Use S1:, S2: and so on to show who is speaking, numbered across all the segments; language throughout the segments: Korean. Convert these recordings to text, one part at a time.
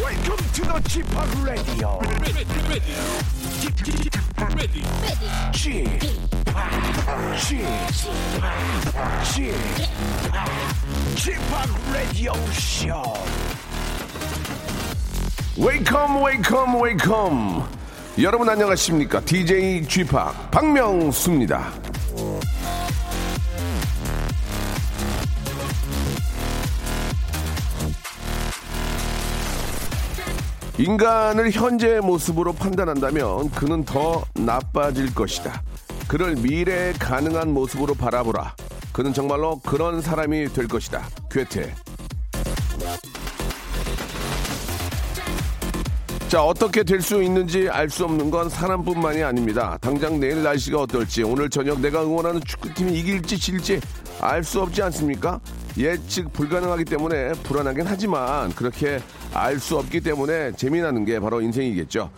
S1: Welcome to the g p o p Radio.
S2: ready, ready, ready,
S1: g p o p G-POP, G-POP Radio Show.
S3: 웨이컴 웨이컴 웨이컴 여러분 안녕하십니까 DJ g p o p 박명수입니다 인간을 현재의 모습으로 판단한다면 그는 더 나빠질 것이다. 그를 미래에 가능한 모습으로 바라보라. 그는 정말로 그런 사람이 될 것이다. 괴테. 자, 어떻게 될 수 있는지 알 수 없는 건 사람뿐만이 아닙니다. 당장 내일 날씨가 어떨지, 오늘 저녁 내가 응원하는 축구팀이 이길지 질지 알 수 없지 않습니까? 예측 불가능하기 때문에 불안하긴 하지만 그렇게 알 수 없기 때문에 재미나는 게 바로 인생이겠죠.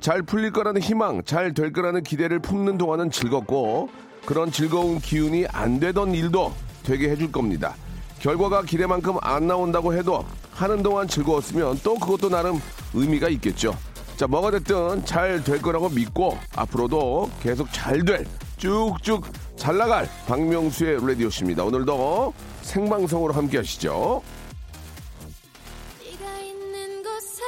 S3: 잘 풀릴 거라는 희망, 잘 될 거라는 기대를 품는 동안은 즐겁고 그런 즐거운 기운이 안 되던 일도 되게 해줄 겁니다. 결과가 기대만큼 안 나온다고 해도 하는 동안 즐거웠으면 또 그것도 나름 의미가 있겠죠. 자, 뭐가 됐든 잘 될 거라고 믿고 앞으로도 계속 잘 될, 쭉쭉 잘 나갈 박명수의 라디오십니다. 오늘도 생방송으로 함께 하시죠.
S4: 네가 있는 곳에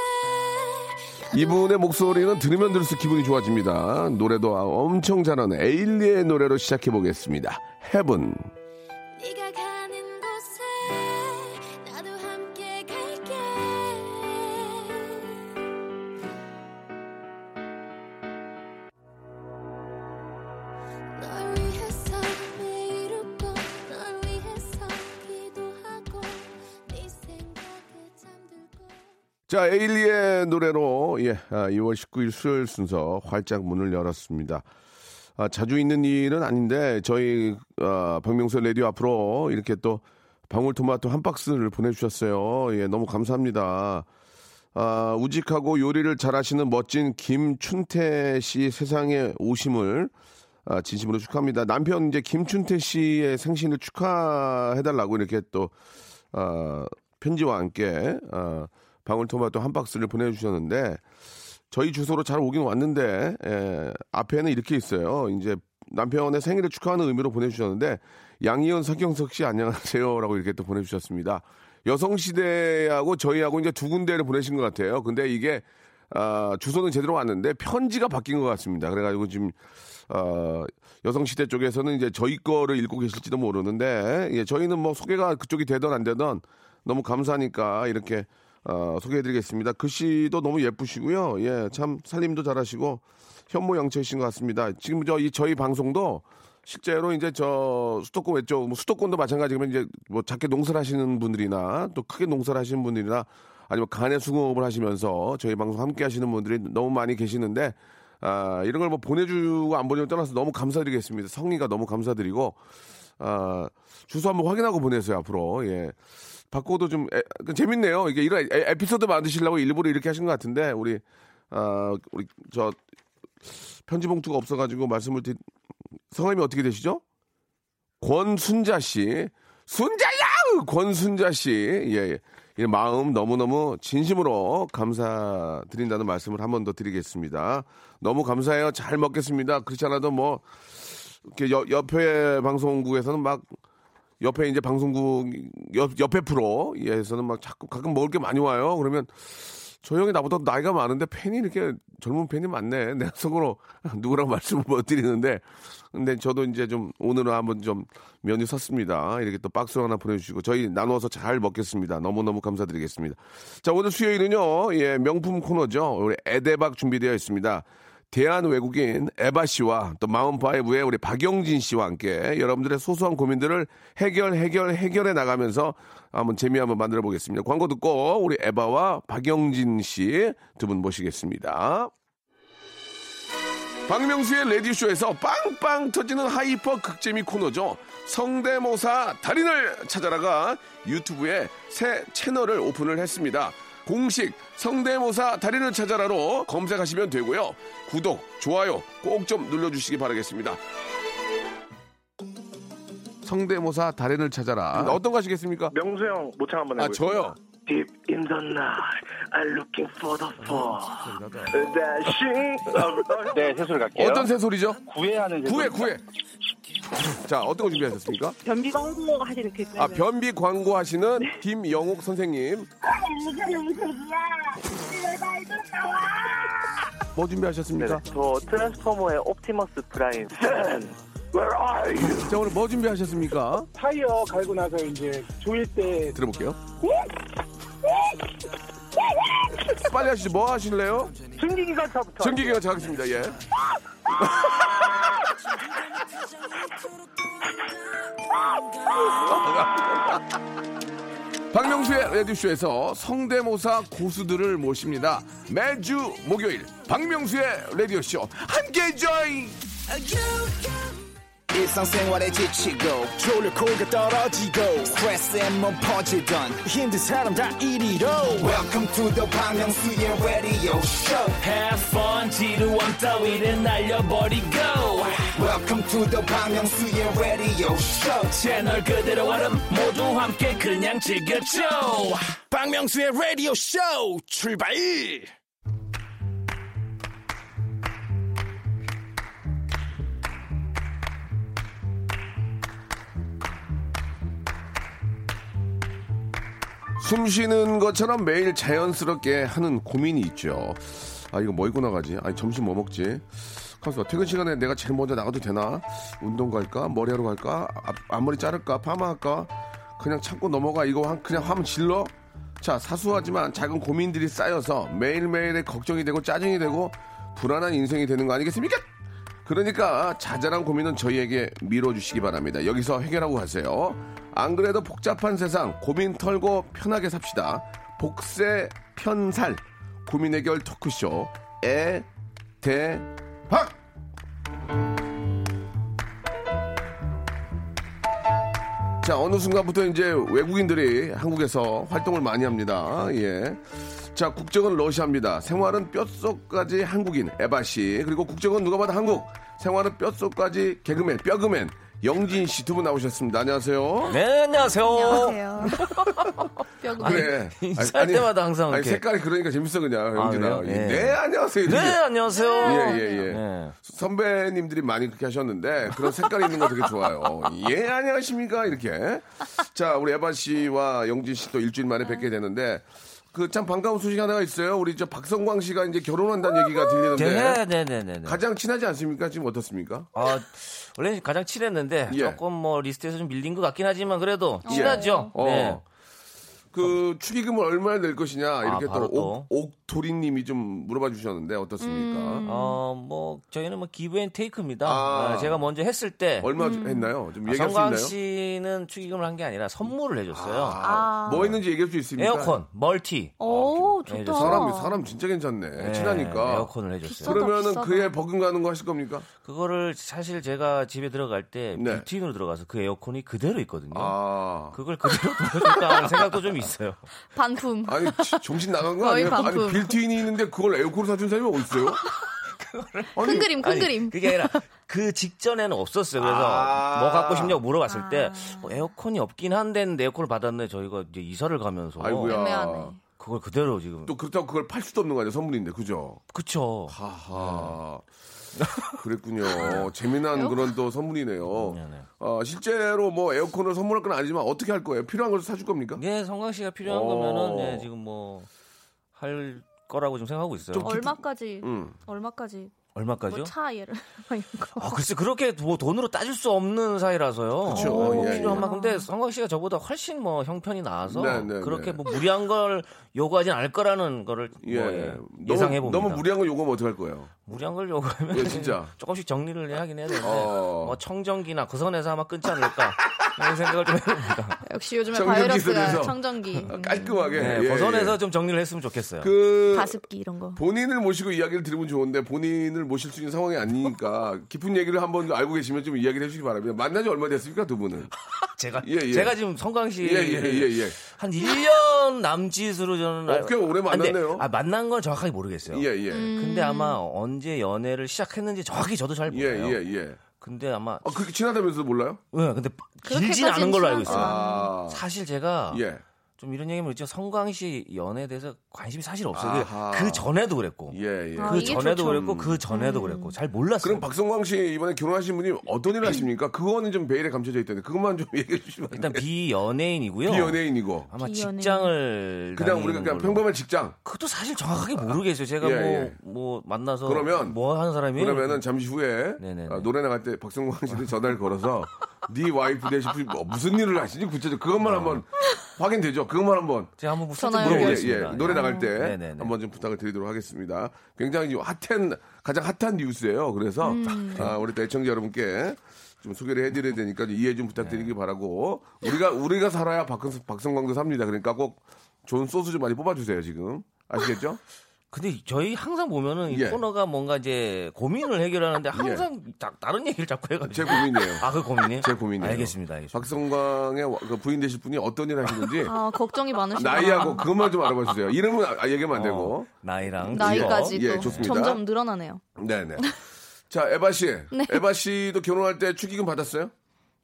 S3: 이분의 목소리는 들으면 들을수록 기분이 좋아집니다. 노래도 엄청 잘하는 에일리의 노래로 시작해 보겠습니다. 헤븐.
S4: 네가 가는 곳에 나도 함께 갈게 널 위해서 매일 웃고 널 위해서 기도하고 네 생각에 잠들고
S3: 자, 에일리의 노래로 예, 아, 2월 19일 수요일 순서 활짝 문을 열었습니다. 아, 자주 있는 일은 아닌데 저희 아, 박명수 레디오 앞으로 이렇게 또 방울토마토 한 박스를 보내주셨어요. 예, 너무 감사합니다. 아, 우직하고 요리를 잘하시는 멋진 김춘태 씨 세상에 오심을 아, 진심으로 축하합니다. 남편 이제 김춘태 씨의 생신을 축하해달라고 이렇게 또 아, 편지와 함께 아, 방울토마토 한 박스를 보내주셨는데 저희 주소로 잘 오긴 왔는데 예, 앞에는 이렇게 있어요. 이제 남편의 생일을 축하하는 의미로 보내주셨는데 양희은 서경석 씨 안녕하세요라고 이렇게 또 보내주셨습니다. 여성시대하고 저희하고 이제 두 군데를 보내신 것 같아요. 근데 이게 아, 주소는 제대로 왔는데 편지가 바뀐 것 같습니다. 그래가지고 지금 어, 여성시대 쪽에서는 이제 저희 거를 읽고 계실지도 모르는데 예, 저희는 뭐 소개가 그쪽이 되든 안 되든 너무 감사하니까 이렇게 어, 소개해드리겠습니다. 글씨도 너무 예쁘시고요. 예, 참 살림도 잘하시고 현모 양처이신 것 같습니다. 지금 저 이 저희 방송도 실제로 이제 저 수도권 외쪽 뭐 수도권도 마찬가지지만 이제 뭐 작게 농사를 하시는 분들이나 또 크게 농사를 하시는 분들이나 아니면 간의 수공업을 하시면서 저희 방송 함께 하시는 분들이 너무 많이 계시는데 아, 이런 걸 뭐 보내주고 안 보내주고 떠나서 너무 감사드리겠습니다. 성의가 너무 감사드리고 아, 주소 한번 확인하고 보내세요 앞으로 예. 바꿔도 좀 에, 그 재밌네요. 이게 이런 에, 피소드 만드시려고 일부러 이렇게 하신 것 같은데 우리 아 우리 저 편지 봉투가 없어가지고 말씀을 드리, 성함이 어떻게 되시죠? 권순자 씨, 순자야 권순자 씨, 예, 예. 이 마음 너무너무 진심으로 감사드린다는 말씀을 한 번 더 드리겠습니다. 너무 감사해요. 잘 먹겠습니다. 그렇지 않아도 뭐 이렇게 여- 옆에 방송국에서는 막 옆에 이제 방송국 옆, 옆에 프로에서는 예, 막 자꾸 가끔 먹을 게 많이 와요. 그러면 저 형이 나보다 나이가 많은데 팬이 이렇게 젊은 팬이 많네. 내 속으로 누구랑 말씀을 못 드리는데 근데 저도 이제 좀 오늘은 한번 좀 면이 섰습니다. 이렇게 또 박스 하나 보내주시고 저희 나눠서 잘 먹겠습니다. 너무너무 감사드리겠습니다. 자 오늘 수요일은요 예 명품 코너죠. 우리 에데박 준비되어 있습니다. 대한 외국인 에바 씨와 또 마운파이브의 우리 박영진 씨와 함께 여러분들의 소소한 고민들을 해결, 해결, 해결해 나가면서 한번 재미 한번 만들어 보겠습니다. 광고 듣고 우리 에바와 박영진 씨 두 분 모시겠습니다. 박명수의 레디쇼에서 빵빵 터지는 하이퍼 극재미 코너죠. 성대모사 달인을 찾아라가 유튜브에 새 채널을 오픈을 했습니다. 공식 성대모사 달인을 찾아라로 검색하시면 되고요. 구독, 좋아요 꼭 좀 눌러주시기 바라겠습니다. 성대모사 달인을 찾아라. 어떤 거 하시겠습니까?
S5: 명수 형 모창 한번
S3: 아,
S5: 해보세요.
S3: 저요.
S5: Deep in the night, I'm looking for the phone. Dashing around.
S6: 네, 새소리
S5: 예.
S6: 갈게요.
S3: 어떤 새소리죠?
S6: 구애하는
S3: 구해
S6: 새소리.
S3: 구해. 자 어떤 거 준비하셨습니까?
S7: 변비 광고 하시는 그
S3: 아 변비 광고하시는 김영옥 선생님 뭐 준비하셨습니까?
S5: 저 트랜스포머의 옵티머스 프라임. Where are you?
S3: 자 오늘 뭐 준비하셨습니까?
S8: 네. 타이어 갈고 나서 이제 조일 때
S3: 들어볼게요. 빨리 하시죠. 뭐 하실래요?
S8: 승기기관차부터
S3: 전기기가 작습니다. 예. 박명수의 라디오쇼에서 성대모사 고수들을 모십니다. 매주 목요일 박명수의 라디오쇼 함께 join.
S9: 일상생활에 지치고, 졸려 코가 떨어지고, 스트레스에 몸 퍼지던, 힘든 사람 다 이리로. welcome to the Bang Myung-soo's radio show
S10: Have fun 지루함 따위를 날려버리고
S9: welcome to the Bang Myung-soo's radio show
S10: 채널 그대로 얼음 모두 함께 그냥 즐겨줘
S9: 박명수의 라디오 쇼 출발!
S3: 숨 쉬는 것처럼 매일 자연스럽게 하는 고민이 있죠. 아, 이거 뭐 입고 나가지? 아니, 점심 뭐 먹지? 가서 퇴근 시간에 내가 제일 먼저 나가도 되나? 운동 갈까? 머리하러 갈까? 앞, 머리 자를까? 파마할까? 그냥 참고 넘어가. 이거 한, 그냥 하면 질러? 자, 사소하지만 작은 고민들이 쌓여서 매일매일의 걱정이 되고 짜증이 되고 불안한 인생이 되는 거 아니겠습니까? 그러니까 자잘한 고민은 저희에게 밀어주시기 바랍니다. 여기서 해결하고 가세요. 안 그래도 복잡한 세상 고민 털고 편하게 삽시다. 복세 편살 고민 해결 토크쇼 에대박 자 어느 순간부터 이제 외국인들이 한국에서 활동을 많이 합니다. 예. 자 국적은 러시아입니다. 생활은 뼛속까지 한국인 에바 씨 그리고 국적은 누가 봐도 한국 생활은 뼛속까지 개그맨 뼈그맨 영진 씨 두 분 나오셨습니다. 안녕하세요.
S10: 네 안녕하세요
S11: 안녕하세요. 아, 뼈구.
S3: 어? 그래.
S10: 인사할 때마다 항상
S3: 아니,
S10: 이렇게.
S3: 색깔이 그러니까 재밌어 그냥
S10: 아,
S3: 영진아.
S10: 그래요?
S3: 네.
S10: 네.
S3: 안녕하세요.
S10: 네
S3: 이렇게.
S10: 안녕하세요
S3: 예, 예, 예.
S10: 네.
S3: 선배님들이 많이 그렇게 하셨는데 그런 색깔이 있는 거 되게 좋아요. 예, 안녕하십니까 이렇게. 자, 우리 에바 씨와 영진 씨 또 일주일 만에 뵙게 되는데 그 참 반가운 소식 하나가 있어요. 우리 저 박성광 씨가 이제 결혼한다는 얘기가 들리는데
S10: 네, 네, 네, 네, 네.
S3: 가장 친하지 않습니까? 지금 어떻습니까?
S10: 아, 원래 가장 친했는데
S3: 예.
S10: 조금 뭐 리스트에서 좀 밀린 것 같긴 하지만 그래도 친하죠.
S3: 어.
S10: 네.
S3: 그 축의금을 얼마나 낼 것이냐 이렇게
S10: 아, 바로
S3: 또
S10: 또.
S3: 옥, 도리님이좀 물어봐 주셨는데 어떻습니까?
S10: 어, 뭐 저희는 뭐 기브앤테이크입니다.
S3: 아.
S10: 아, 제가 먼저 했을 때
S3: 얼마 했나요? 좀
S10: 아,
S3: 얘기할 수
S10: 성광
S3: 있나요?
S10: 씨는 축의금을 한 게 아니라 선물을 해줬어요.
S3: 아, 뭐 했는지 얘기할 수 있습니까?
S10: 에어컨, 멀티.
S11: 오
S10: 네,
S11: 좋다.
S3: 사람 사람 진짜 괜찮네.
S10: 네,
S3: 친하니까.
S10: 에어컨을 네. 해줬어요.
S11: 비싸다.
S3: 그러면은
S11: 비싸다.
S3: 그에 버금가는 거 하실 겁니까?
S10: 그거를 사실 제가 집에 들어갈 때
S3: 네.
S10: 빌트인으로 들어가서 그 에어컨이 그대로 있거든요.
S3: 아.
S10: 그걸 그대로 돌려줄까 하는 생각도 좀 있어요.
S11: 반품.
S3: 아니 지- 정신 나간 거
S11: 거의
S3: 아니에요? 아니
S11: 반품.
S3: 빌트인이 있는데 그걸 에어컨 사준 사람이 어디 있어요?
S11: 큰 그림 큰
S10: 아니,
S11: 그림.
S10: 그게 아니라 그 직전에는 없었어요. 그래서
S3: 아.
S10: 뭐 갖고 싶냐고 물어봤을 때 어, 에어컨이 없긴 한데 했는데 에어컨을 받았는데 저희가 이제 이사를 가면서
S3: 아이고야.
S11: 애매하네.
S10: 그걸 그대로 지금
S3: 또 그렇다고 그걸 팔 수도 없는 거 아니에요? 선물인데 그죠?
S10: 그쵸.
S3: 하하.
S10: 네.
S3: 그랬군요. 재미난 그런 또 선물이네요.
S10: 네, 네.
S3: 어, 실제로 뭐 에어컨을 선물할 건 아니지만 어떻게 할 거예요? 필요한 걸 사줄 겁니까?
S10: 네, 성광 씨가 필요한
S3: 어.
S10: 거면은 네, 지금 뭐 할 거라고 지금 생각하고 있어요.
S11: 얼마까지
S3: 음.
S11: 얼마까지
S10: 얼마까지요?
S11: 뭐 차 예를 막 이런 거.
S10: 아, 글쎄 그렇게 뭐 돈으로 따질 수 없는 사이라서요.
S3: 그쵸.
S10: 뭐
S3: 예,
S10: 필요한
S3: 예.
S10: 만큼. 근데 성광 씨가 저보다 훨씬 뭐 형편이 나아서
S3: 네, 네, 네.
S10: 그렇게 뭐 무리한 걸 요구하진 않을 거라는 거를
S3: 예.
S10: 뭐, 예.
S3: 너무-
S10: 예상해 봅니다.
S3: 너무 무리한 거 요거면 어떡할 거예요?
S10: 무리한 걸 요구하면
S3: 예, 진짜.
S10: 조금씩 정리를 하긴 해야 되는데
S3: 어.
S10: 뭐 청정기나 그 선에서 아마 끊지 않을까 이런 생각을 좀 해봅니다.
S11: 역시 요즘에
S3: 청정기
S11: 바이러스가
S3: 쓰면서.
S11: 청정기, 음,
S3: 깔끔하게.
S10: 네,
S3: 예,
S10: 그 선에서
S3: 예.
S10: 좀 정리를 했으면 좋겠어요.
S3: 그
S11: 가습기 이런 거.
S3: 본인을 모시고 이야기를 들으면 좋은데 본인을 모실 수 있는 상황이 아니니까 깊은 얘기를 한번 알고 계시면 좀 이야기를 해주시기 바랍니다. 만난 지 얼마 됐습니까 두 분은?
S10: 제가
S3: 예, 예.
S10: 제가 지금 성광 씨
S3: 예예예 예. 예,
S10: 한 1년 남짓으로 저는
S3: 어,
S10: 알-
S3: 꽤 오래
S10: 아, 근데,
S3: 만났네요.
S10: 아, 음. 만난 건 정확하게 모르겠어요.
S3: 예, 예.
S10: 근데 아마 언제 연애를 시작했는지 정확히 저도 잘
S3: 예,
S10: 몰라요.
S3: 예, 예.
S10: 근데 아마
S3: 아, 그렇게 친하다면서도 몰라요?
S10: 네, 근데
S11: 그렇게까지는
S10: 아, 길진 않은 걸로 알고 있어요.
S11: 친하지 않아요.
S3: 아,
S10: 사실 제가
S3: 예.
S10: 좀 이런 얘기면 이제 성광씨 연애에 대해서 관심이 사실 없어요.
S3: 아하.
S10: 그 전에도 그랬고.
S3: 예, 예.
S11: 아,
S10: 그
S11: 이게
S10: 전에도
S11: 좋죠.
S10: 그랬고 그 전에도 그랬고 잘 몰랐어요.
S3: 그럼 박성광 씨 이번에 결혼하신 분이 어떤 일을 하십니까? 그거는 좀 베일에 감춰져 있던데 그것만 좀 얘기해 주시면 안
S10: 일단
S3: 돼요?
S10: 비연예인이고요.
S3: 비연예인이고
S10: 아마
S11: 비연예인.
S10: 직장을
S3: 그냥
S10: 다니는
S3: 우리가 그냥
S10: 걸로.
S3: 평범한 직장.
S10: 그것도 사실 정확하게 모르겠어요. 제가
S3: 예,
S10: 뭐 뭐
S3: 예.
S10: 만나서
S3: 그러면-
S10: 뭐 하는 사람이
S3: 그러면은 잠시 후에
S10: 네네네.
S3: 아, 노래 나갈 때 박성광 씨한테 전화를 걸어서 네 와이프 되신 분이 뭐 무슨 일을 하시지 구체적으로
S10: 어.
S3: 그것만 한번 확인되죠. 그것만 한번
S10: 제가 한번 무슨
S3: 예,
S11: 전화 연결.
S3: 예, 예.
S10: 물어보겠습니다.
S3: 노래 나갈 때
S10: 네, 네네네.
S3: 한번 좀 부탁을 드리도록 하겠습니다. 굉장히 핫한 가장 핫한 뉴스예요. 그래서 아, 우리 또 애청자 여러분께 좀 소개를 해드려야 되니까 좀 이해 좀
S10: 네.
S3: 부탁드리기 바라고 우리가 우리가 살아야 박, 박성광도 삽니다. 그러니까 꼭 좋은 소스 좀 많이 뽑아주세요. 지금 아시겠죠?
S10: 근데 저희 항상 보면은 이
S3: 예.
S10: 코너가 뭔가 이제 고민을 해결하는데 항상 다, 다른 얘기를 자꾸 해가지고
S3: 제 고민이에요.
S10: 아 그 고민이에요?
S3: 제 고민이에요.
S10: 알겠습니다. 알겠습니다.
S3: 박성광의 와- 그 부인 되실 분이 어떤 일을 하시는지
S11: 아 걱정이 많으시구나.
S3: 나이하고 그것만 좀 알아봐 주세요. 이름은 아- 얘기하면 안 되고.
S10: 어, 나이랑
S11: 음, 나이까지 도
S3: 예, 좋습니다.
S11: 점점 네. 늘어나네요.
S3: 네네. 자 에바 씨, 에바 씨도 결혼할 때 축의금 받았어요?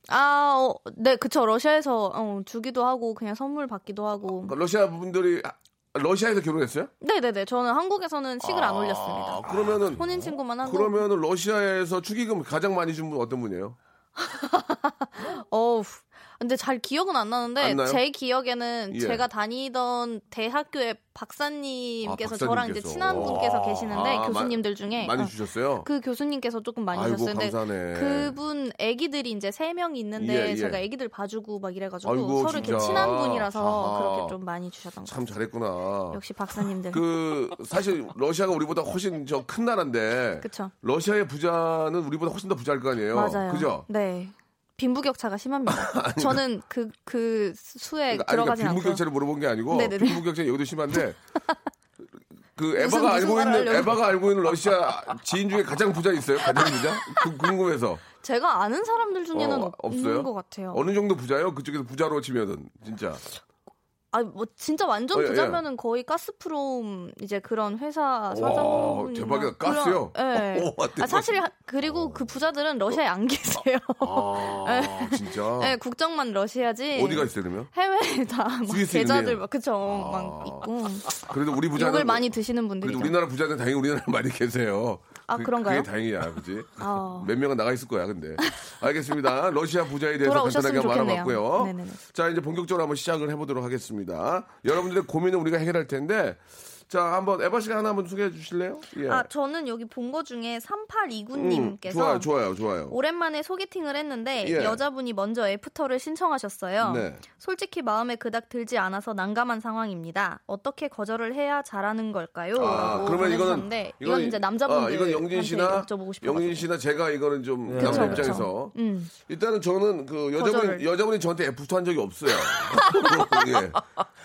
S11: 아, 어, 네, 그쵸. 러시아에서 어, 주기도 하고 그냥 선물 받기도 하고.
S3: 그러니까 러시아 분들이 아, 러시아에서 결혼했어요?
S11: 네, 네, 네. 저는 한국에서는 식을 안 올렸습니다.
S3: 아, 그러면은
S11: 혼인 친구만 하고.
S3: 그러면은 러시아에서 축의금 가장 많이 준 분 어떤 분이에요?
S11: 어우. 근데 잘 기억은 안 나는데
S3: 안 나요?
S11: 제 기억에는
S3: 예.
S11: 제가 다니던 대학교의 박사님께서
S3: 아, 박사님께서.
S11: 저랑 이제 친한 분께서 계시는데
S3: 아,
S11: 교수님들 중에
S3: 많이
S11: 어,
S3: 주셨어요?
S11: 그 교수님께서 조금 많이
S3: 아이고
S11: 주셨어요. 근데
S3: 감사하네.
S11: 그분 아기들이 이제 세 명이 있는데
S3: 예, 예.
S11: 제가 아기들 봐주고 막 이래가지고
S3: 아이고,
S11: 서로 이렇게
S3: 진짜.
S11: 친한 분이라서
S3: 아하.
S11: 그렇게 좀 많이 주셨던 것
S3: 참
S11: 같아요.
S3: 잘했구나.
S11: 역시 박사님들. 그...
S3: 그 사실 러시아가 우리보다 훨씬 저 큰 나라인데
S11: 그쵸.
S3: 러시아의 부자는 우리보다 훨씬 더 부자일 거 아니에요.
S11: 맞아요.
S3: 어, 그죠?
S11: 네. 빈부격차가 심합니다. 저는 그, 그 수에
S3: 그러니까 아니, 그러니까
S11: 들어가진 않고.
S3: 빈부격차를 물어본 게 아니고
S11: 네네네.
S3: 빈부격차 여기도 심한데 그
S11: 무슨-
S3: 에바가
S11: 무슨
S3: 알고
S11: 말을
S3: 있는
S11: 하려고.
S3: 에바가 알고 있는 러시아 지인 중에 가장 부자 있어요? 가장 부자? 그-
S11: 어.
S3: 궁금해서
S11: 제가 아는 사람들 중에는
S3: 어, 없어요?
S11: 없는 것 같아요.
S3: 어느 정도 부자요? 그쪽에서 부자로 치면은 진짜
S11: 아, 뭐 진짜
S3: 어,
S11: 완전
S3: 예, 예.
S11: 부자면은 거의 가스프롬 이제 그런 회사
S3: 와,
S11: 사장.
S3: 대박이다. 가스요? 어,
S11: 예.
S3: 오, 대박.
S11: 아, 사실 하- 그리고 그 부자들은 러시아에 안 계세요.
S3: 아 진짜
S11: 예, 국적만 러시아지.
S3: 어디가 있어요 그러면?
S11: 해외에 다막
S3: 스위스
S11: 계좌들
S3: 있네요.
S11: 막 그쵸
S3: 아.
S11: 막 있고
S3: 그래도 우리 부자는
S11: 욕을 많이 드시는
S3: 그래도
S11: 분들이죠.
S3: 우리나라 부자는 다행히 우리나라 많이 계세요.
S11: 아, 그런가요?
S3: 그게 다행이야, 그지?
S11: 아.
S3: 몇 명은 나가 있을 거야, 근데. 알겠습니다. 러시아 부자에 대해서
S11: 돌아오셨으면
S3: 간단하게 한번
S11: 좋겠네요.
S3: 알아봤고요.
S11: 네네네.
S3: 자, 이제 본격적으로 한번 시작을 해보도록 하겠습니다. 여러분들의 고민은 우리가 해결할 텐데, 자, 한번 에바 씨가 하나 한번 소개해 주실래요? 예.
S11: 아 저는 여기 본 거 중에
S3: 음,
S11: 3829님께서
S3: 좋아요, 좋아요, 좋아요.
S11: 오랜만에 소개팅을 했는데
S3: 예.
S11: 여자분이 먼저 애프터를 신청하셨어요.
S3: 네.
S11: 솔직히 마음에 그닥 들지 않아서 난감한 상황입니다. 어떻게 거절을 해야 잘하는 걸까요?
S3: 아,
S11: 라고
S3: 그러면 이거는
S11: 보내주셨는데 이건 이제 남자분들
S3: 아, 이건 영진 씨나
S11: 여쭤보고 싶어요.
S3: 영진 씨나 제가 이거는 좀
S10: 네.
S3: 남자
S10: 그쵸,
S3: 입장에서
S11: 음.
S3: 일단은 저는 그 여자분
S11: 거절을.
S3: 여자분이 저한테 애프터 한 적이 없어요. 예.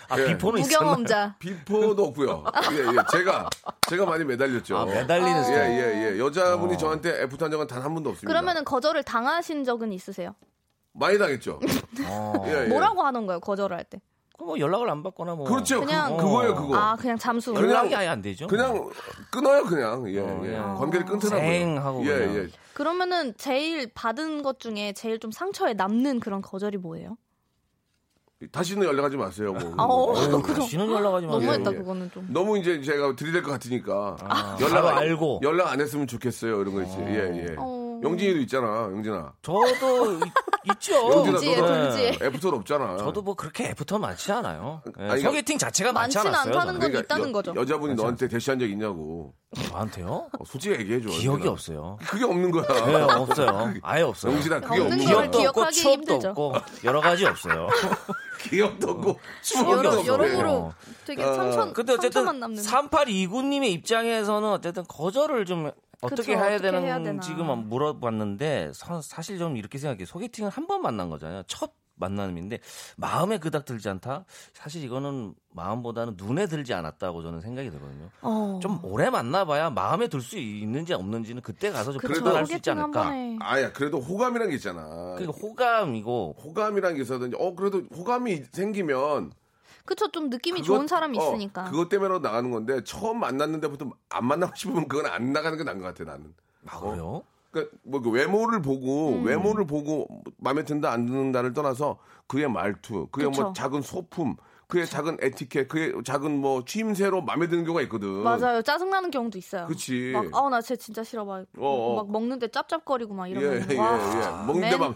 S10: 아
S3: 예.
S10: 비포는 있었나?
S11: 무경험자.
S3: 비포도 없고요. 예, 예. 제가 제가 많이 매달렸죠.
S10: 아 매달리는
S11: 어.
S3: 예,
S10: 스타일. 어.
S3: 예, 예. 여자분이 저한테 애프터 한 적은 단 한 번도 없습니다.
S11: 그러면은 거절을 당하신 적은 있으세요?
S3: 많이 당했죠.
S10: 어.
S3: 예, 예.
S11: 뭐라고 하던가요? 거절할 때?
S10: 그럼 뭐 연락을 안 받거나 뭐. 어.
S3: 그렇죠.
S11: 그냥-
S3: 그, 거예요 그거.
S11: 아 그냥 잠수.
S3: 그냥-
S10: 연락이 아예 안 되죠.
S3: 그냥 끊어요, 그냥. 예,
S10: 어,
S3: 예.
S10: 그냥
S3: 관계를 끊더라고요. 예,
S10: 쌩하고 그냥.
S3: 예.
S11: 그러면은 제일 받은 것 중에 제일 좀 상처에 남는 그런 거절이 뭐예요?
S3: 예. 다시는 연락하지 마세요. 뭐.
S11: 아, 어,
S10: 어,
S11: 그죠.
S10: 다시는 연락하지 마세요.
S11: 너무했다
S3: 예.
S11: 그거는 좀.
S3: 너무 이제 제가 들이댈 것 같으니까
S10: 아,
S3: 연락
S10: 바로 알고.
S3: 연락 안 했으면 좋겠어요 이런 거 있지 예예
S11: 어.
S3: 영진이도 있잖아 영진아
S10: 저도 있- 있죠.
S3: 영진아,
S11: 동지에
S3: 너도-
S11: 동지에.
S3: 애프터는 없잖아
S10: 저도 뭐 그렇게 애프터 많지 않아요. 예,
S3: 아니,
S10: 소개팅 자체가 많지
S11: 많지는
S10: 않았어요.
S11: 않다는
S10: 저는.
S11: 건 있다는
S3: 그러니까 여,
S11: 거죠.
S3: 여자분이 너한테 대시한 적 있냐고
S10: 저한테요?
S3: 어, 솔직히 얘기해줘
S10: 기억이
S3: 영진아.
S10: 없어요.
S3: 그게 없는 거야
S10: 네, 없어요. 아예 없어요.
S3: 영진아 그게
S11: 없는
S3: 없는
S11: 걸
S3: 거야
S10: 기억도
S11: 기억-
S10: 없고
S11: 기억하기
S10: 추억도
S11: 힘들죠.
S10: 없고 여러 가지 없어요.
S3: 기억도 없고 추억도
S10: 여러-
S3: 없어.
S11: 여러, 여러모로
S10: 어.
S11: 되게 상처,
S10: 근데 어쨌든
S11: 상처만 남는.
S10: 3829님의 입장에서는 어쨌든 거절을 좀
S11: 그쵸,
S10: 어떻게 해야
S11: 어떻게 해야
S10: 되는
S11: 되나.
S10: 지금 한번 물어봤는데 서- 사실 좀 이렇게 생각해요. 소개팅을 한 번 만난 거잖아요. 첫 만남인데 마음에 그닥 들지 않다. 사실 이거는 마음보다는 눈에 들지 않았다고 저는 생각이 들거든요.
S11: 어.
S10: 좀 오래 만나봐야 마음에 들 수 있는지 없는지는 그때 가서 좀
S11: 그쵸,
S10: 판단할 수 있지
S11: 소개팅 한
S10: 않을까.
S11: 번에.
S3: 아야 그래도 호감이란 게 있잖아
S10: 그러니까 호감이고
S3: 호감이란 게 있어야 되는데 어 그래도 호감이 생기면
S11: 그쵸, 좀 느낌이
S3: 그것-
S11: 좋은 사람이
S3: 어,
S11: 있으니까.
S3: 그것 때문에 나가는 건데 처음 만났는데부터 안 만나고 싶으면 그건 안 나가는 게 나은 것 같아 나는.
S10: 아, 그래요?
S3: 그러니까 뭐그 외모를 보고
S11: 음.
S3: 외모를 보고 마음에 든다 안 든다를 떠나서 그의 말투, 그의 뭐
S11: 그쵸.
S3: 작은 소품, 그의 작은 에티켓, 그의 작은 뭐 취임새로 마음에 드는 경우가 있거든.
S11: 맞아요. 짜증나는 경우도 있어요.
S3: 그치.
S11: 막, 아, 나 쟤 진짜 싫어. 막,
S3: 어, 어.
S11: 막 먹는데 짭짭거리고 막
S3: 예, 예,
S11: 이러면.
S3: 예.
S11: 와.
S3: 먹는데
S11: 맨-
S3: 막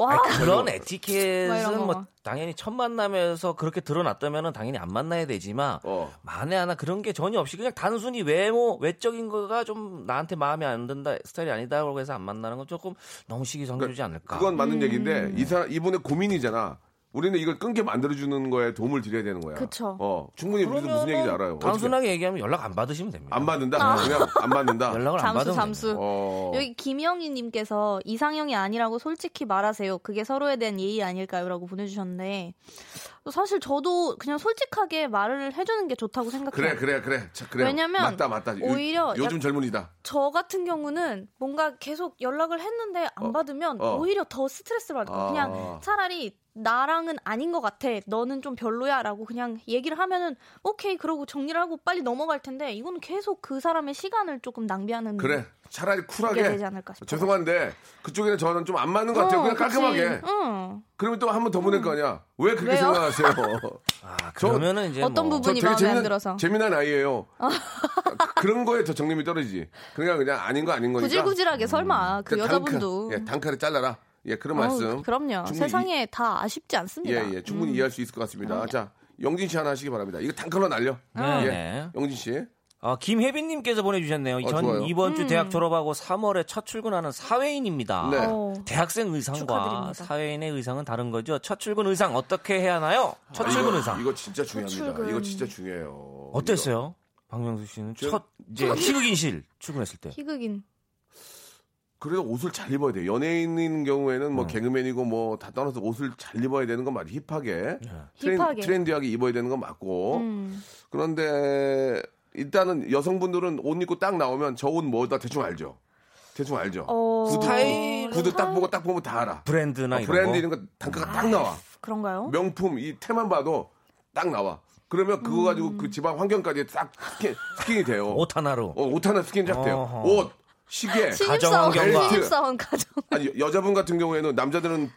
S11: 와.
S10: 그런
S11: 아. 뭐 이런
S10: 에티켓은
S11: 거
S10: 뭐
S11: 막.
S10: 당연히 첫 만남에서 그렇게 드러났다면 당연히 안 만나야 되지만
S3: 어.
S10: 만에 하나 그런 게 전혀 없이 그냥 단순히 외모 외적인 거가 좀 나한테 마음에 안 든다 스타일이 아니다라고 해서 안 만나는 건 조금 너무 시기상조지
S3: 그러니까
S10: 않을까.
S3: 그건 맞는 얘기인데
S11: 음.
S3: 이 사람 이분의 고민이잖아. 우리는 이걸 끊게 만들어주는 거에 도움을 드려야 되는 거야.
S11: 그쵸.
S3: 어, 충분히 무슨, 무슨 얘기인지 알아요. 어떻게?
S10: 단순하게 얘기하면 연락 안 받으시면 됩니다.
S3: 안 받는다. 그냥 안 받는다.
S10: 연락을 안
S11: 잠수,
S10: 받으면
S11: 잠수.
S3: 어.
S11: 아. 여기 김영희님께서 이상형이 아니라고 솔직히 말하세요. 그게 서로에 대한 예의 아닐까요?라고 보내주셨는데 사실 저도 그냥 솔직하게 말을 해주는 게 좋다고
S3: 그래
S11: 생각해요.
S3: 그래 그래. 자, 그래.
S11: 왜냐면
S3: 맞다 맞다. 요-
S11: 오히려
S3: 요즘
S11: 약- 음.
S3: 젊은이다.
S11: 저 같은 경우는 뭔가 계속 연락을 했는데 안
S3: 어,
S11: 받으면
S3: 어.
S11: 오히려 더 스트레스를 받을 거야.
S3: 아.
S11: 그냥 차라리 나랑은 아닌 것 같아. 너는 좀 별로야라고 그냥 얘기를 하면은 오케이 그러고 정리를 하고 빨리 넘어갈 텐데 이건 계속 그 사람의 시간을 조금 낭비하는
S3: 그래. 차라리
S11: 게
S3: 쿨하게.
S11: 되지 않을까 어, 싶어.
S3: 죄송한데 그쪽에는 저는 좀 안 맞는 것 같아요. 그냥 깔끔하게.
S11: 응.
S3: 그러면 또 한 번 더 보낼 거 아니야. 왜 그렇게
S11: 음. 왜요?
S3: 생각하세요?
S10: 아,
S3: 저-
S10: 그러면은 이제
S11: 어떤
S10: 뭐
S11: 부분- 분이 마음에 안 들어서.
S3: 재미난 아이예요. 그- 그런 거에 더 정림이 떨어지지. 그러니까 그냥 아닌 거 아닌 거니까.
S11: 구질구질하게 설마 그
S3: 그러니까
S11: 여자분도
S3: 단칼, 예, 단칼을 잘라라. 예, 그런
S11: 어우,
S3: 말씀.
S11: 그럼요.
S3: 충분히
S11: 세상에 다 아쉽지 않습니다.
S3: 예, 예, 충분히 이해할 수 있을 것 같습니다.
S11: 그럼요.
S3: 자, 영진 씨 하나 하시기 바랍니다. 이거 단칼로 날려.
S10: 네,
S3: 예,
S10: 네.
S3: 영진 씨.
S10: 아, 김혜빈님께서 보내주셨네요.
S3: 어, 좋아요.
S10: 전 이번
S11: 음.
S10: 주 대학 졸업하고 3월에 첫 출근하는 사회인입니다.
S3: 네.
S11: 어.
S10: 대학생 의상과
S11: 축하드립니다.
S10: 사회인의 의상은 다른 거죠. 첫 출근 의상 어떻게 해야 하나요? 첫
S3: 아,
S10: 출근
S3: 이거-
S10: 의상
S3: 이거 진짜 중요합니다.
S11: 출근.
S3: 이거 진짜 중요해요.
S10: 어땠어요? 박명수 씨는
S3: 저-
S10: 첫 이제 희극인실 출근했을 때.
S11: 희극인.
S3: 그래도 옷을 잘 입어야 돼. 연예인인 경우에는
S10: 네.
S3: 뭐 개그맨이고 뭐 다 떠나서 옷을 잘 입어야 되는 건 맞아. 힙하게.
S10: 네.
S11: 힙하게.
S3: 트렌, 디하게 입어야 되는 건 맞고.
S11: 음.
S3: 그런데 일단은 여성분들은 옷 입고 딱 나오면 저 옷 뭐다 대충 알죠. 대충 알죠.
S11: 어,
S3: 구두,
S10: 스타일.
S3: 구두 딱 보고 딱 보면 다 알아.
S10: 브랜드나 이런
S3: 어, 브랜드
S10: 거.
S3: 이런 거 단가가 딱 나와.
S11: 그런가요?
S3: 명품 이 테만 봐도 딱 나와. 그러면 그거 가지고 그 지방 환경까지 딱 스킨, 스킨이 돼요.
S10: 옷 하나로.
S3: 어, 옷 하나 스킨 쫙 돼요.
S10: 어허.
S3: 옷,
S11: 아,
S3: 시계,
S11: 신입사원,
S10: 가정환경과.
S11: 신입사원 가정.
S3: 아니 여- 여자분 같은 경우에는 남자들은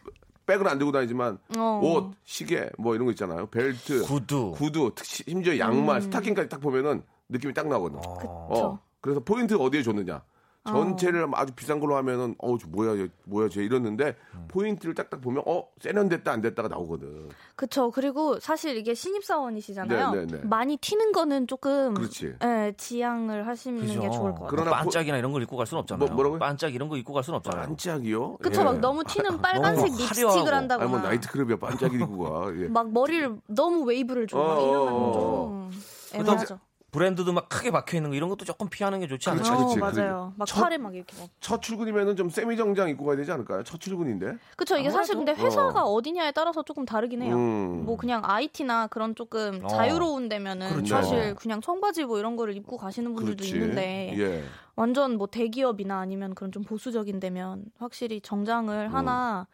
S3: 백을 안 들고 다니지만
S11: 어.
S3: 옷, 시계 뭐 이런 거 있잖아요. 벨트,
S10: 구두.
S3: 구두, 특히 심지어 양말, 스타킹까지 딱 보면은 느낌이 딱 나거든요.
S10: 어.
S3: 어. 그래서 포인트 어디에 줬느냐? 전체를 아주 비싼 걸로 하면은 어우 저 뭐야 얘, 뭐야 쟤 이랬는데 포인트를 딱딱 보면 어 세련됐다 안 됐다가 나오거든.
S11: 그쵸. 그리고 사실 이게 신입사원이시잖아요.
S3: 네, 네, 네.
S11: 많이 튀는 거는 조금
S3: 그렇지.
S11: 예, 지양을 하시는 게 음, 좋을 것 같아요.
S3: 그러나
S10: 그러나 반짝이나 이런 걸 입고 갈 수는 없잖아요.
S3: 뭐- 뭐라고요?
S10: 반짝 이런 거 입고 갈 수는 없잖아요.
S3: 반짝이요?
S11: 그쵸.
S3: 예.
S11: 막 너무 튀는 빨간색
S10: 너무
S11: 립스틱을
S10: 화려하고.
S11: 한다거나.
S3: 아니 뭐 나이트클럽이야 반짝이구가. 예.
S11: 막 머리를 너무 웨이브를 줘.
S3: 어,
S11: 막
S3: 어,
S11: 이러면
S3: 어.
S11: 좀 애매하죠.
S10: 브랜드도 막 크게 박혀 있는 거 이런 것도 조금 피하는 게 좋지 않아요?
S3: 그렇죠, 그렇지,
S11: 어,
S3: 그렇지.
S11: 맞아요. 막
S3: 첫-
S11: 팔에 막 이렇게 막.
S3: 첫 출근이면은 좀 세미 정장 입고 가야 되지 않을까요? 첫 출근인데.
S11: 그쵸. 이게 사실 근데 회사가 어. 디냐에 따라서 조금 다르긴 해요.
S3: 음.
S11: 뭐 그냥 IT나 그런 조금
S10: 어.
S11: 자유로운 데면은
S3: 그렇죠.
S11: 사실 그냥 청바지 뭐 이런 거를 입고 가시는 분들도 있는데
S3: 예.
S11: 완전 뭐 데기업이나 아니면 그런 좀 보수적인 데면 확실히 정장을
S3: 음.
S11: 하나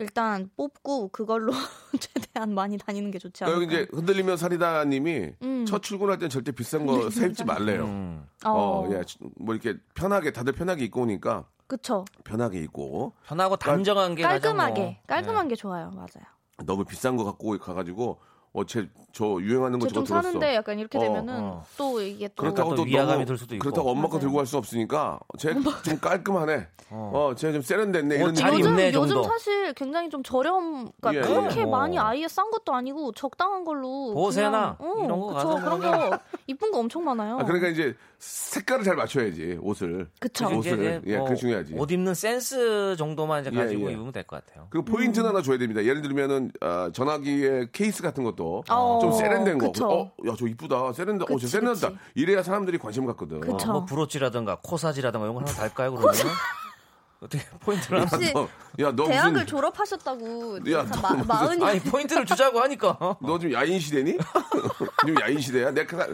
S11: 일단 뽑고 그걸로 최대한 많이 다니는 게 좋지
S3: 그러니까
S11: 않을까.
S3: 여기 이제 흔들리면 사리다님이
S11: 음.
S3: 첫 출근할 땐 절대 비싼 거 세입지 말래요.
S10: 음,
S3: 어, 예. 뭐 이렇게 편하게 다들 편하게 입고 오니까
S11: 그쵸.
S3: 편하게 입고
S10: 편하고 단정한 게 가장 뭐-
S11: 깔끔하게 깔끔한
S10: 네.
S3: 예.
S11: 게 좋아요. 맞아요.
S3: 너무 비싼 거 갖고 가가지고 어쟤저 유행하는 거
S11: 저
S3: 저거
S11: 좀
S3: 들었어.
S11: 사는데 약간 이렇게
S3: 어,
S11: 되면은
S10: 어.
S11: 또 이게 또
S3: 그렇다고
S10: 또
S3: 또
S10: 위화감이
S3: 너무-
S10: 들 수도 있고.
S3: 그렇다고 엄마 거
S11: 맞아요.
S3: 들고 갈 수 없으니까 쟤 좀 깔끔하네. 어, 쟤 좀 세련됐네 이런
S10: 옷 잘
S3: 느낌.
S10: 입네.
S11: 요즘
S10: 정도.
S11: 요즘 사실 굉장히 좀 저렴 그러니까
S3: 예,
S11: 그렇게
S10: 예.
S11: 많이
S10: 어.
S11: 아예 싼 것도 아니고 적당한 걸로
S10: 보세나
S11: 그냥, 어,
S10: 이런 거
S11: 그쵸.
S10: 가서
S11: 그런
S10: 그냥-
S11: 거 이쁜 거 엄청 많아요.
S3: 아, 그러니까 이제 색깔을 잘 맞춰야지 옷을.
S11: 그쵸.
S3: 옷을 예,
S10: 뭐
S3: 그게 중요하지.
S10: 옷 입는 센스 정도만 이제
S3: 예,
S10: 가지고
S3: 예.
S10: 입으면 될 것 같아요.
S3: 그리고 포인트 는 하나 줘야 됩니다. 예를 들면은 아, 전화기의 케이스 같은 것도
S11: 어,
S3: 좀 세련된 거.
S11: 그쵸.
S3: 어, 야 저 이쁘다. 세련된. 어, 저
S11: 그치,
S3: 세련됐다.
S11: 그치.
S3: 이래야 사람들이 관심 갖거든.
S11: 그쵸.
S10: 뭐 브로치라든가 코사지라든가 이런 걸 하나 달까요? 그러면 어떻게 포인트를 하나?
S11: 혹시
S3: 야너 뭐
S11: 대학을
S3: 무슨
S11: 졸업하셨다고
S3: 야,
S11: 사-
S3: 너
S11: 마,
S3: 무슨-
S11: 마흔이
S10: 아니 포인트를 주자고 하니까
S3: 너 지금 야인 시대니? 지금 야인 시대야? 내가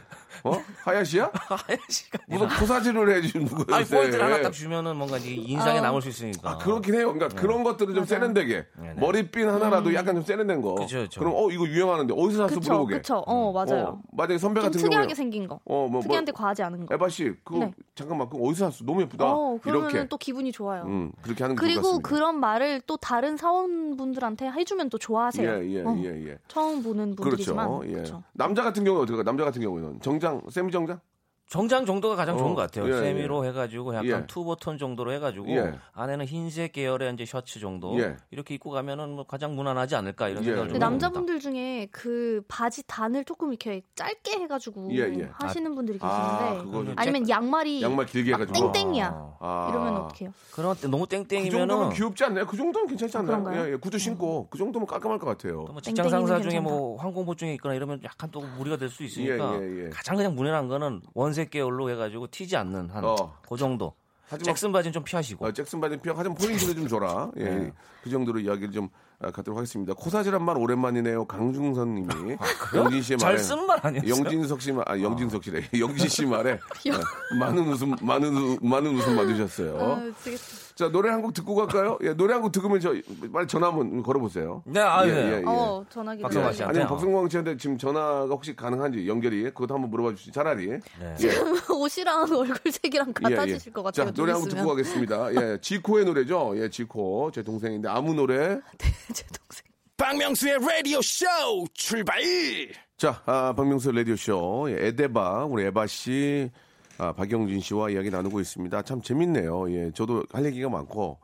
S3: 어 하야시야?
S10: 아니, 시간이
S3: 무슨 포사지를 해주 누구야?
S10: 아니
S3: 요새.
S10: 포인트를 하나 딱 주면은 뭔가 이제 인상에 남을 수 있으니까.
S3: 아, 그렇긴 해요. 그러니까 그런 것들은 좀 세련되게
S10: 네.
S3: 머리핀 하나라도 약간 좀 세련된 거.
S10: 그쵸, 그쵸.
S3: 럼어 이거 유행하는데 어디서 샀어
S11: 음. 그쵸
S3: 물어보게.
S11: 그쵸 어 맞아요.
S3: 어, 만약에 선배
S11: 좀
S3: 같은
S11: 특이하게
S3: 경우에
S11: 생긴 거.
S3: 어, 뭐, 뭐-
S11: 특이한데 과하지 않은 거.
S3: 에바 씨 그거
S11: 네.
S3: 잠깐만 그거 어디서 샀어? 너무 예쁘다.
S11: 어, 그러면
S3: 이렇게
S11: 또 기분이 좋아요.
S3: 음, 그렇게 하는 게 좋을 것
S11: 그리고
S3: 같습니다.
S11: 그런 말을 또 다른 사원분들한테 해주면 또 좋아하세요.
S3: 예, 예,
S11: 어,
S3: 예, 예.
S11: 처음 보는
S3: 그렇죠.
S11: 분들이지만
S3: 예.
S11: 그렇죠.
S3: 남자 같은 경우는 어떻게 남자 같은 경우는 정장, 세미 정장?
S10: 정장 정도가 가장
S3: 어,
S10: 좋은 것 같아요.
S3: 예,
S10: 세미로 해가지고 약간
S3: 예.
S10: 투버튼 정도로 해가지고
S3: 예.
S10: 안에는 흰색 계열의 이제 셔츠 정도
S3: 예.
S10: 이렇게 입고 가면은 뭐 가장 무난하지 않을까 이런
S3: 예.
S10: 생각을
S11: 근데
S10: 좀 해봅니다.
S11: 남자분들 중에 그 바지 단을 조금 이렇게 짧게 해가지고
S3: 예, 예.
S11: 하시는 분들이
S3: 아,
S11: 계시는데
S3: 그거 좀
S11: 아, 니면 양말이
S3: 양말 길게 해 가지고.
S11: 땡땡이야
S3: 아.
S11: 이러면 어떡해요?
S10: 그런 때 너무
S3: 그 정도면
S10: 땡땡이면은
S3: 귀엽지 않나요? 그 정도면 괜찮지 않나요?
S11: 그런가요? 음.
S3: 예, 예. 구두 신고 그 정도면 깔끔할 것 같아요.
S10: 또뭐 직장
S11: 땡땡이는
S10: 상사 중에 뭐 항공보증에 있거나 이러면 약간 또 무리가 될 수
S3: 예,
S10: 있으니까
S3: 예, 예.
S10: 가장 그냥 무난한 거는 원색 계열로 해가지고 튀지 않는 한 그
S3: 어.
S10: 정도.
S3: 하지만
S10: 잭슨 네. 바지는 좀 피하시고.
S3: 어, 잭슨 바디 피어 하지만 포인트를 좀 줘라. 예. 그 정도로 이야기를 좀 아, 갖도록 하겠습니다. 코사지란 말 오랜만이네요. 강중선 님이. 영진 씨의
S10: 잘
S3: 말에
S10: 쓰는 말 아니었어요?
S3: 영진석 씨 말, 아, 영진석 씨래. 영진 씨 말에 예, 많은 웃음, 많은, 우- 많은 웃음 받으셨어요.
S11: 아,
S3: 자, 노래 한 곡 듣고 갈까요? 예, 노래 한 곡 듣으면 저, 빨리 전화 한번 걸어보세요.
S10: 네, 아,
S3: 예,
S10: 예.
S3: 예, 예.
S11: 어 전화기
S10: 박수 박성광 맞지 씨한테. 않아요?
S3: 아니면 박성광 씨한테 지금 전화가 혹시 가능한지 연결이 그것도 한번 물어봐 주시지 차라리
S10: 네.
S3: 예,
S11: 옷이랑 얼굴색이랑 같아지실 그 것 같아요.
S3: 자 노래 한 곡 듣고 가겠습니다. 예, 지코의 노래죠. 예, 지코 제 동생인데 아무 노래.
S11: 제 동생.
S1: 박명수의 라디오 쇼 출발
S3: 자, 아, 박명수 라디오 쇼 예, 에데바 우리 에바 씨, 아, 박영진 씨와 이야기 나누고 있습니다. 참 재밌네요. 예, 저도 할 얘기가 많고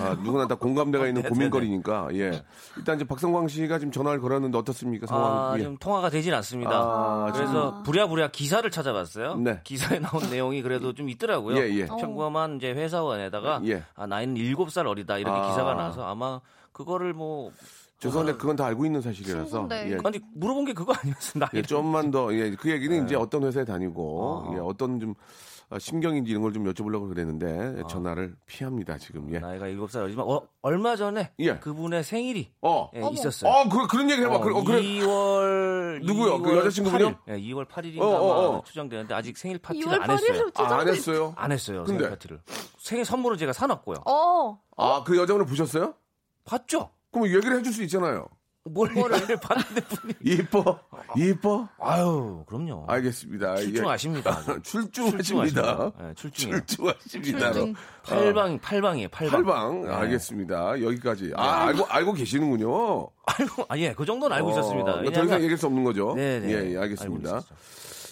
S3: 아, 누구나 다 공감대가
S10: 네,
S3: 있는 고민거리니까 예. 일단 이제 박성광 씨가 지금 전화를 걸었는데 어떻습니까 상황?
S10: 아,
S3: 예.
S10: 지금 통화가 되진 않습니다.
S3: 아,
S10: 그래서 부랴부랴 기사를 찾아봤어요.
S3: 네.
S10: 기사에 나온 내용이 그래도 좀 있더라고요.
S3: 예,
S11: 어.
S3: 예.
S10: 평범한 이제 회사원에다가
S3: 예.
S10: 아, 나이는 7살 어리다 이렇게
S3: 아.
S10: 기사가 나서 아마 그거를 뭐
S3: 죄송한데 그건 다 알고 있는 사실이라서
S11: 친구인데.
S3: 예,
S10: 아니 물어본 게 그거 아니었어 나이.
S3: 예, 좀만 더, 예, 그 얘기는 이제
S10: 네.
S3: 어떤 회사에 다니고, 예, 어떤 좀, 아, 심경인지 이런 걸 좀 여쭤보려고 그랬는데, 예, 전화를 피합니다, 지금, 예.
S10: 어. 나이가 7살 어리지만 어, 얼마 전에
S3: 예.
S10: 그분의 생일이
S3: 어.
S10: 예,
S3: 어머.
S10: 있었어요.
S3: 어, 그, 그런 얘기 해봐. 그래, 어, 그래.
S10: 2월
S3: 누구요? 그
S10: 2월
S3: 여자친구분이요?
S10: 8일. 예, 2월 8일인가
S3: 어, 어, 어.
S10: 추정되는데 아직 생일 파티를
S11: 2월
S10: 안 했어요.
S11: 8일로
S3: 아,
S11: 투정.
S3: 안 했어요?
S10: 안 했어요.
S3: 근데?
S10: 생일 파티를. 생일 선물은 제가 사놨고요.
S11: 어
S3: 아, 그 여자분을 보셨어요?
S10: 봤죠?
S3: 그럼 얘기를 해줄 수 있잖아요.
S10: 뭘 얘기를 봤는데 분이
S3: 이뻐? 이뻐?
S10: 아유 그럼요
S3: 알겠습니다.
S10: 어. 출중하십니다 아주.
S3: 예. 출중하십니다.
S10: 출중하십니다. 예, 출중해요
S3: 출중하십니다.
S11: 출중.
S10: 팔방 팔방이에요 팔방
S3: 팔방. 알겠습니다. 여기까지.
S10: 네.
S3: 아, 알고, 알고 계시는군요.
S10: 알고 아예그 정도는 알고
S3: 어,
S10: 있었습니다
S3: 더 이상
S10: 왜냐하면-
S3: 얘기할 수 없는 거죠.
S10: 네네.
S3: 예, 예,
S10: 알고
S3: 알겠습니다.
S10: 있었죠.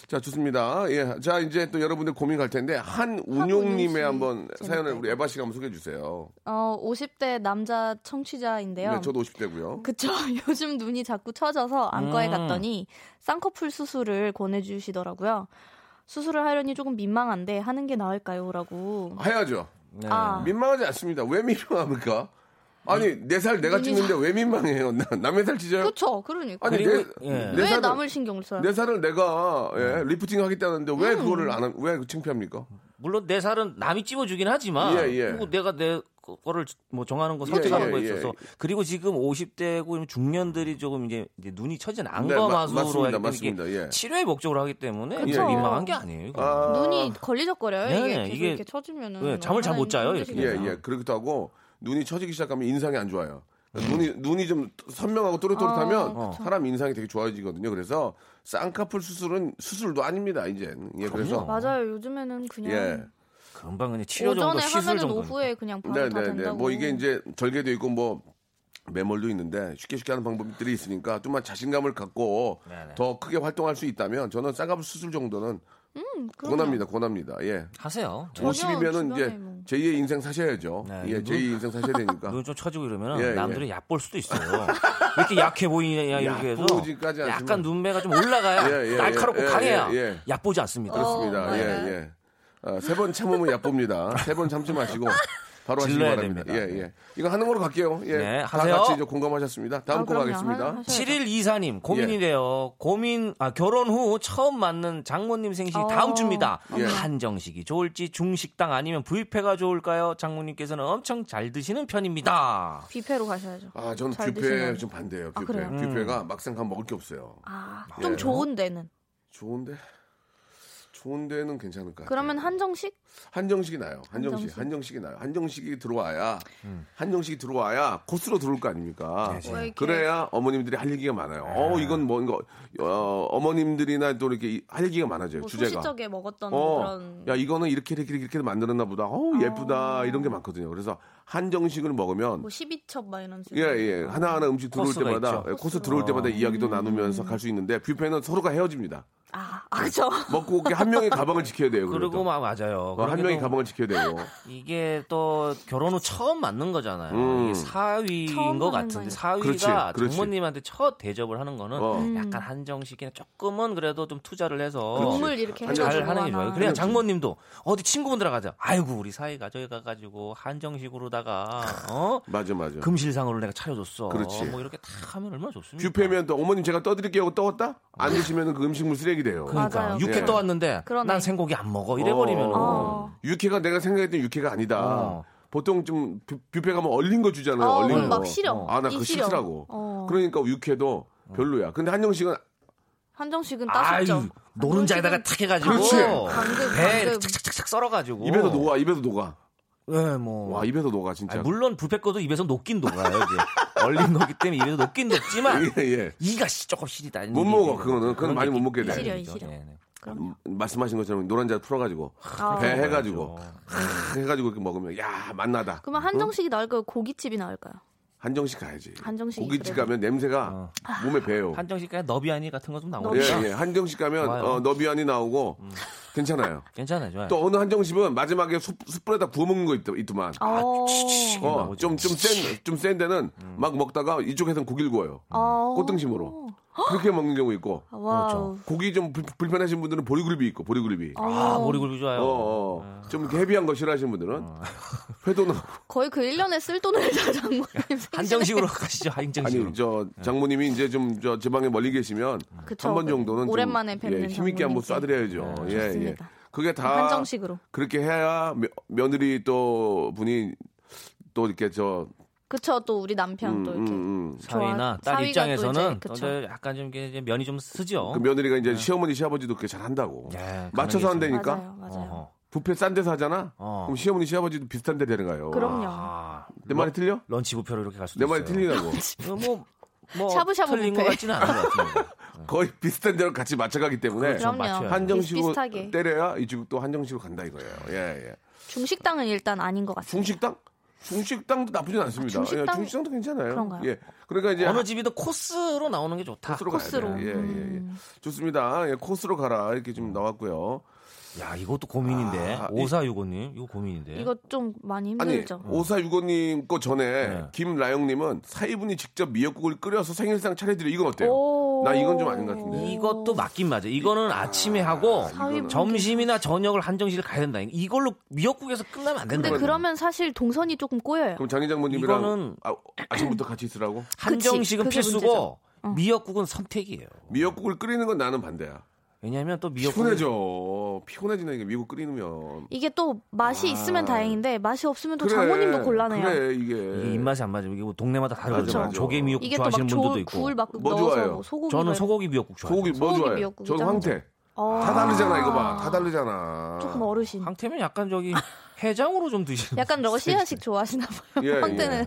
S3: 자, 좋습니다. 예. 자, 이제 또 여러분들 고민 갈 텐데,
S11: 한운용 씨.
S3: 한운용님의 한번 사연을
S11: 재밌다.
S3: 우리 에바 씨가 한번 소개해 주세요.
S11: 어, 50대 남자 청취자인데요.
S3: 네, 저도 50대고요.
S11: 그쵸. 요즘 눈이 자꾸 처져서 안과에 갔더니 쌍꺼풀 수술을 권해주시더라고요. 수술을 하려니 조금 민망한데 하는 게 나을까요? 라고.
S3: 해야죠.
S10: 네.
S11: 아. 음.
S3: 민망하지 않습니다. 왜 민망합니까? 아니, 내 살 내가 찢는데 왜 민망해요? 나- 남의 살 찢어요?
S11: 그쵸. 그러니까.
S3: 아니, 내,
S10: 그리고- 예.
S3: 내
S11: 왜
S3: 살을,
S11: 남을 신경을 써요?
S3: 내 살을 내가 예,
S10: 음.
S3: 리프팅 하겠다는데 왜
S11: 음.
S3: 그거를 안, 하- 왜 창피합니까?
S10: 물론 내 살은 남이 찝어주긴 하지만
S3: 예, 예.
S10: 그리고 내가 내 거를 뭐 정하는 거
S3: 예,
S10: 선택하는
S3: 예,
S10: 거에
S3: 예,
S10: 있어서
S3: 예.
S10: 그리고 지금 50대고 중년들이 조금 이제, 이제 눈이 처진
S3: 네, 마-
S10: 안검하수로
S3: 맞습니다.
S10: 하기 때문에
S3: 맞습니다.
S10: 이게
S3: 예.
S10: 치료의 음. 목적으로 하기 때문에 이게
S11: 그쵸.
S10: 민망한 게 아니에요 이거.
S3: 아,
S11: 눈이 걸리적거려요.
S10: 네네,
S11: 이게 계속
S10: 이게-
S11: 이렇게 처지면은.
S10: 네, 잠을 잘못
S11: 얼마나
S10: 자요,
S11: 힘드시겠어요.
S3: 예,
S10: 그냥.
S3: 예. 그렇기도 하고 눈이 처지기 시작하면 인상이 안 좋아요. 그러니까 눈이
S11: 음.
S3: 눈이 좀 선명하고 또렷또렷하면
S11: 어,
S3: 사람 인상이 되게 좋아지거든요. 그래서 쌍꺼풀 수술은 수술도 아닙니다. 이제 예, 그래서
S11: 맞아요. 요즘에는 그냥
S3: 예,
S10: 금방 그냥 치료 정도
S11: 오전에
S10: 시술
S11: 하면은
S10: 정도
S11: 오후에 그냥 바로
S3: 네,
S11: 다
S3: 네, 네.
S11: 된다고.
S3: 뭐 이게 이제 절개도 있고 뭐 매몰도 있는데 쉽게 쉽게 하는 방법들이 있으니까 좀만 자신감을 갖고
S10: 네네.
S3: 더 크게 활동할 수 있다면 저는 쌍꺼풀 수술 정도는
S11: 음, 그럼요.
S3: 권합니다. 권합니다. 예.
S10: 하세요.
S11: 전혀
S3: 50이면은 이제
S11: 주변에 뭐.
S3: 제2의 인생 사셔야죠.
S10: 네,
S3: 예,
S10: 눈-
S3: 제2의 인생 사셔야 되니까.
S10: 눈 좀 처지고 이러면
S3: 그러니까. 예, 예.
S10: 남들이 얕볼 수도 있어요. 왜 이렇게 약해 보이냐 이렇게 해서
S3: 얕보지까지 않지만.
S10: 약간 눈매가 좀 올라가야
S3: 예, 예,
S10: 날카롭고
S3: 예, 예,
S10: 강해야
S3: 예.
S10: 얕보지 않습니다.
S3: 그렇습니다.
S11: 어,
S3: 예, 예. 아, 세번 참으면 얕봅니다. 세 번 참지 마시고 바로 하시기
S10: 질러야
S3: 바랍니다.
S10: 됩니다.
S3: 예, 예. 이거 하는 걸로 갈게요. 예.
S10: 네,
S3: 다
S10: 하세요.
S3: 같이 이제 공감하셨습니다. 다음
S11: 아,
S3: 곡
S11: 그럼요.
S3: 가겠습니다.
S11: 하- 하셔야죠.
S10: 7일 이사님
S3: 예.
S10: 고민이래요. 고민 아 결혼 후 처음 맞는 장모님 생신이 다음
S11: 어.
S10: 주입니다.
S3: 예.
S10: 한정식이 좋을지 중식당 아니면 뷔페가 좋을까요? 장모님께서는 엄청 잘 드시는 편입니다.
S11: 뷔페로 가셔야죠.
S3: 아, 저는
S11: 잘
S3: 뷔페
S11: 드시는.
S3: 좀 반대예요.
S11: 아,
S3: 뷔페.
S11: 그래요?
S10: 음.
S3: 뷔페가 막상 가면 먹을 게 없어요.
S11: 아, 좀 좋은 데는.
S3: 좋은데 좋은 데는 괜찮을 것 같아요.
S11: 그러면 한정식?
S3: 한정식이 나요. 한정식,
S11: 한정식.
S3: 한정식. 이 나요. 한정식이 들어와야
S10: 음.
S3: 한정식이 들어와야 코스로 들어올 거 아닙니까?
S10: 네,
S11: 뭐 이렇게
S3: 그래야 어머님들이 할 얘기가 많아요. 어 이건 뭔가 어, 어머님들이나 또 이렇게 이- 할 얘기가 많아져요.
S11: 뭐
S3: 주제가. 어.
S11: 소시적에 먹었던 그런
S3: 야 이거는 이렇게 이렇게 이렇게 만들었나 보다. 어 예쁘다 이런 게 많거든요. 그래서 한정식을 먹으면
S11: 뭐 12첩 막 이런 식으로.
S3: 예, 예. 하나하나 음식 들어올
S10: 코스가
S3: 때마다,
S10: 있죠.
S3: 예, 코스 들어올 때마다 이야기도
S11: 음.
S3: 나누면서 갈 수 있는데, 뷔페는 서로가 헤어집니다.
S11: 아, 아 그죠.
S3: 먹고 오게 한 명이 가방을 지켜야 돼요. 그래도.
S10: 그리고 막 맞아요.
S3: 그렇죠. 어, 한
S10: 그러기도
S3: 명이 가방을 지켜야 되고.
S10: 이게 또 결혼 후 처음 맞는 거잖아요.
S3: 음.
S10: 이게 사위인
S11: 처음
S10: 것
S11: 하는
S10: 같은데
S11: 거니까.
S10: 사위가
S3: 그렇지, 그렇지.
S10: 장모님한테 첫 대접을 하는 거는
S3: 어.
S11: 음.
S10: 약간 한정식이나 조금은 그래도 좀 투자를 해서
S11: 몸을 이렇게
S3: 아니,
S10: 어. 잘
S11: 해가지고
S10: 하는 게 좋아요.
S11: 하나.
S10: 그래야 장모님도 어디 친구분들하고 가자. 아이고 우리 사위가 저기 가가지고 한정식으로다가 어
S3: 맞아, 맞아.
S10: 금실상으로 내가 차려줬어.
S3: 예. 그렇지.
S10: 뭐 이렇게 다 하면 얼마나 좋습니까?
S3: 뷔페면 또 어머님 제가 떠드릴게요 하고 떠왔다? 안 드시면 그 음식물 쓰레기 돼요.
S10: 그러니까
S11: 맞아요.
S10: 육회
S3: 예.
S10: 떠왔는데
S11: 그러네.
S10: 난 생고기 안 먹어 이래버리면
S11: 어.
S3: 육회가 내가 생각했던 육회가 아니다.
S10: 어.
S3: 보통 좀 뷔- 뷔페 가면 얼린 거 주잖아요.
S11: 어,
S3: 얼린 거.
S11: 그럼 막 싫어.
S3: 아, 나
S11: 이
S3: 그거
S11: 싫어.
S3: 싫더라고.
S11: 어.
S3: 그러니까 육회도 별로야. 근데 한정식은
S11: 한정식은 따셨죠.
S10: 아유 노른자에다가 탁 해가지고
S3: 그렇지.
S11: 방금,
S10: 배
S11: 방금.
S10: 네, 착착착착 썰어가지고
S3: 입에서 녹아, 입에서 녹아.
S10: 예, 뭐.
S3: 와, 입에서 녹아, 진짜.
S10: 아니, 물론 부패 거도 입에서 녹긴 녹아요. 이제. 얼린 거기 때문에 입에서 녹긴 녹지만
S3: 예, 예.
S10: 이가 시- 조금 시리다.
S3: 못 먹어, 그거는. 그건 많이 못
S10: 네,
S3: 먹게 돼.
S11: 시려, 이 시려.
S3: 음, 말씀하신 것처럼 노란자 풀어가지고
S11: 아.
S3: 배 해가지고
S10: 그렇죠.
S3: 크, 해가지고 이렇게 먹으면 야 맛나다.
S11: 그러면 한정식이 나을까요? 고깃집이 나을까요?
S3: 한정식 가야지.
S11: 한정식이
S3: 고깃집
S11: 그래도.
S3: 가면 냄새가 몸에 배요.
S10: 한정식까지 어. 너비아니 같은 거 좀
S3: 예,
S10: 나오니까
S3: 예. 한정식 가면
S10: 좋아요. 음. 네.
S3: 어, 너비안이 나오고 괜찮아요.
S10: 괜찮아요. 좋아요.
S3: 또 어느 한정식은 마지막에 숯, 숯불에다 구워 먹는 거 있더, 있더만.
S10: 아,
S11: 어.
S10: 음,
S3: 어, 좀좀센 좀 센 데는 막 먹다가 이쪽에선 고기를 구워요.
S11: 어.
S3: 꽃등심으로 그렇게 먹는 경우 있고
S11: 아, 와우.
S3: 고기 좀 불, 불편하신 분들은 보리굴비 있고 보리굴비.
S10: 그렇죠. 아, 머리굴비 좋아요.
S3: 어, 어. 좀 이렇게 헤비한 거 싫어하시는 분들은 회도 넣고
S11: 거의 그 1년에 쓸 돈을 다 장모님.
S10: 한정식으로 가시죠. 한정식으로. 네.
S3: 아니 저 장모님이 이제 좀 저 제 방에 멀리 계시면
S11: 그쵸.
S3: 한 번 정도는 좀,
S11: 오랜만에 뵙는
S3: 예, 힘있게 한번 쏴드려야죠.
S11: 네,
S3: 예, 예.
S11: 좋습니다.
S3: 그게 다
S11: 한정식으로.
S3: 그렇게 해야 며, 며느리 또 분이 또 이렇게 저
S11: 그쵸, 또 우리 남편 또
S3: 음,
S11: 이렇게.
S3: 음.
S10: 사위나
S11: 좋아- 사위가
S10: 딸
S11: 또
S10: 입장에서는
S11: 이제 그쵸.
S10: 또 이제 약간 좀 이게 이제 면이 좀 쓰죠.
S3: 그 며느리가 이제 시어머니 시아버지도 그렇게 잘 한다고
S10: 예,
S3: 맞춰서
S10: 가능해서.
S3: 한다니까
S11: 맞아요, 맞아요.
S10: 어허.
S3: 부페 싼 데서 하잖아
S10: 어.
S3: 그럼 시어머니 시아버지도 비슷한 데 되는 거예요
S11: 그럼요.
S10: 아,
S3: 내 말이 틀려?
S10: 런치 부표로 이렇게 갈 수도
S3: 내 말이
S10: 있어요.
S11: 아,
S3: 틀리라고
S10: 이거 뭐, 뭐
S11: 샤브샤브
S10: 틀린 것
S11: 뷔페.
S10: 같지는 않은 것 같은데.
S3: 거의 비슷한 데로 같이 맞춰가기 때문에
S10: 그렇죠.
S11: 그럼요.
S10: 맞춰요.
S3: 네. 한정식으로 네.
S11: 비슷하게.
S3: 때려야 이쪽 또 한정식으로 간다 이거예요. 예, 예.
S11: 중식당은 일단 아닌 것 같아요.
S3: 중식당? 중식당도 나쁘진 않습니다.
S11: 아, 중식당-
S3: 예, 중식당도 괜찮아요.
S11: 그런가요?
S3: 예. 그러니까 이제
S10: 어느 집이든 코스로 나오는 게 좋다.
S3: 코스로 가야
S11: 코스로. 음.
S3: 돼요. 예, 예, 예. 좋습니다. 예, 코스로 가라. 이렇게
S10: 음.
S3: 좀 나왔고요.
S10: 야, 이것도 고민인데.
S3: 아,
S10: 오사유고님, 이거 고민인데.
S11: 이거 좀 많이
S3: 아니,
S11: 힘들죠.
S3: 오사유고님 거 전에
S10: 어. 네.
S3: 김라영님은 사이분이 직접 미역국을 끓여서 생일상 차려드려. 이건 어때요?
S11: 오.
S3: 나 이건 좀 아닌 것 같은데.
S10: 이것도 맞긴 맞아. 이거는 아침에 하고
S11: 사위분께.
S10: 점심이나 저녁을 한정식을 가야 된다. 이걸로 미역국에서 끝나면 안
S11: 근데
S10: 된다.
S11: 그러면 사실 동선이 조금 꼬여요.
S3: 그럼 장인장모님이랑
S10: 이거는-
S3: 아, 아침부터 같이 있으라고?
S10: 한정식은
S11: 그치, 그게 어.
S10: 필수고 미역국은 선택이에요.
S3: 미역국을 끓이는 건 나는 반대야.
S10: 왜냐하면 또 미역국
S3: 피곤해져. 피곤해지네, 이게 미국 끓이면.
S11: 이게 또 맛이
S10: 아.
S11: 있으면 다행인데 맛이 없으면 또
S3: 그래,
S11: 장모님도 곤란해요.
S3: 그래 이게.
S10: 이게 입맛이 안 맞으면 이게 뭐 동네마다 다르거든요.
S3: 네. 맞아, 맞아.
S10: 조개 미역국
S11: 이게 또
S10: 좋아하시는
S11: 막
S10: 분들도 있고.
S11: 구울 막
S3: 뭐
S11: 넣어서
S3: 좋아해요?
S11: 뭐 소고기
S10: 저는
S11: 막-
S10: 소고기 미역국 좋아해요.
S3: 소고기 뭐
S11: 소고기
S3: 좋아해요?
S11: 미역국이
S3: 저는
S11: 짱이죠.
S3: 황태.
S11: 어.
S3: 다 다르잖아 이거 봐. 다 다르잖아.
S11: 조금 어르신.
S10: 황태면 약간 저기 해장으로 좀 드시는.
S11: 약간 러시아식 좋아하시나 봐요.
S3: 예, 예.
S11: 황태는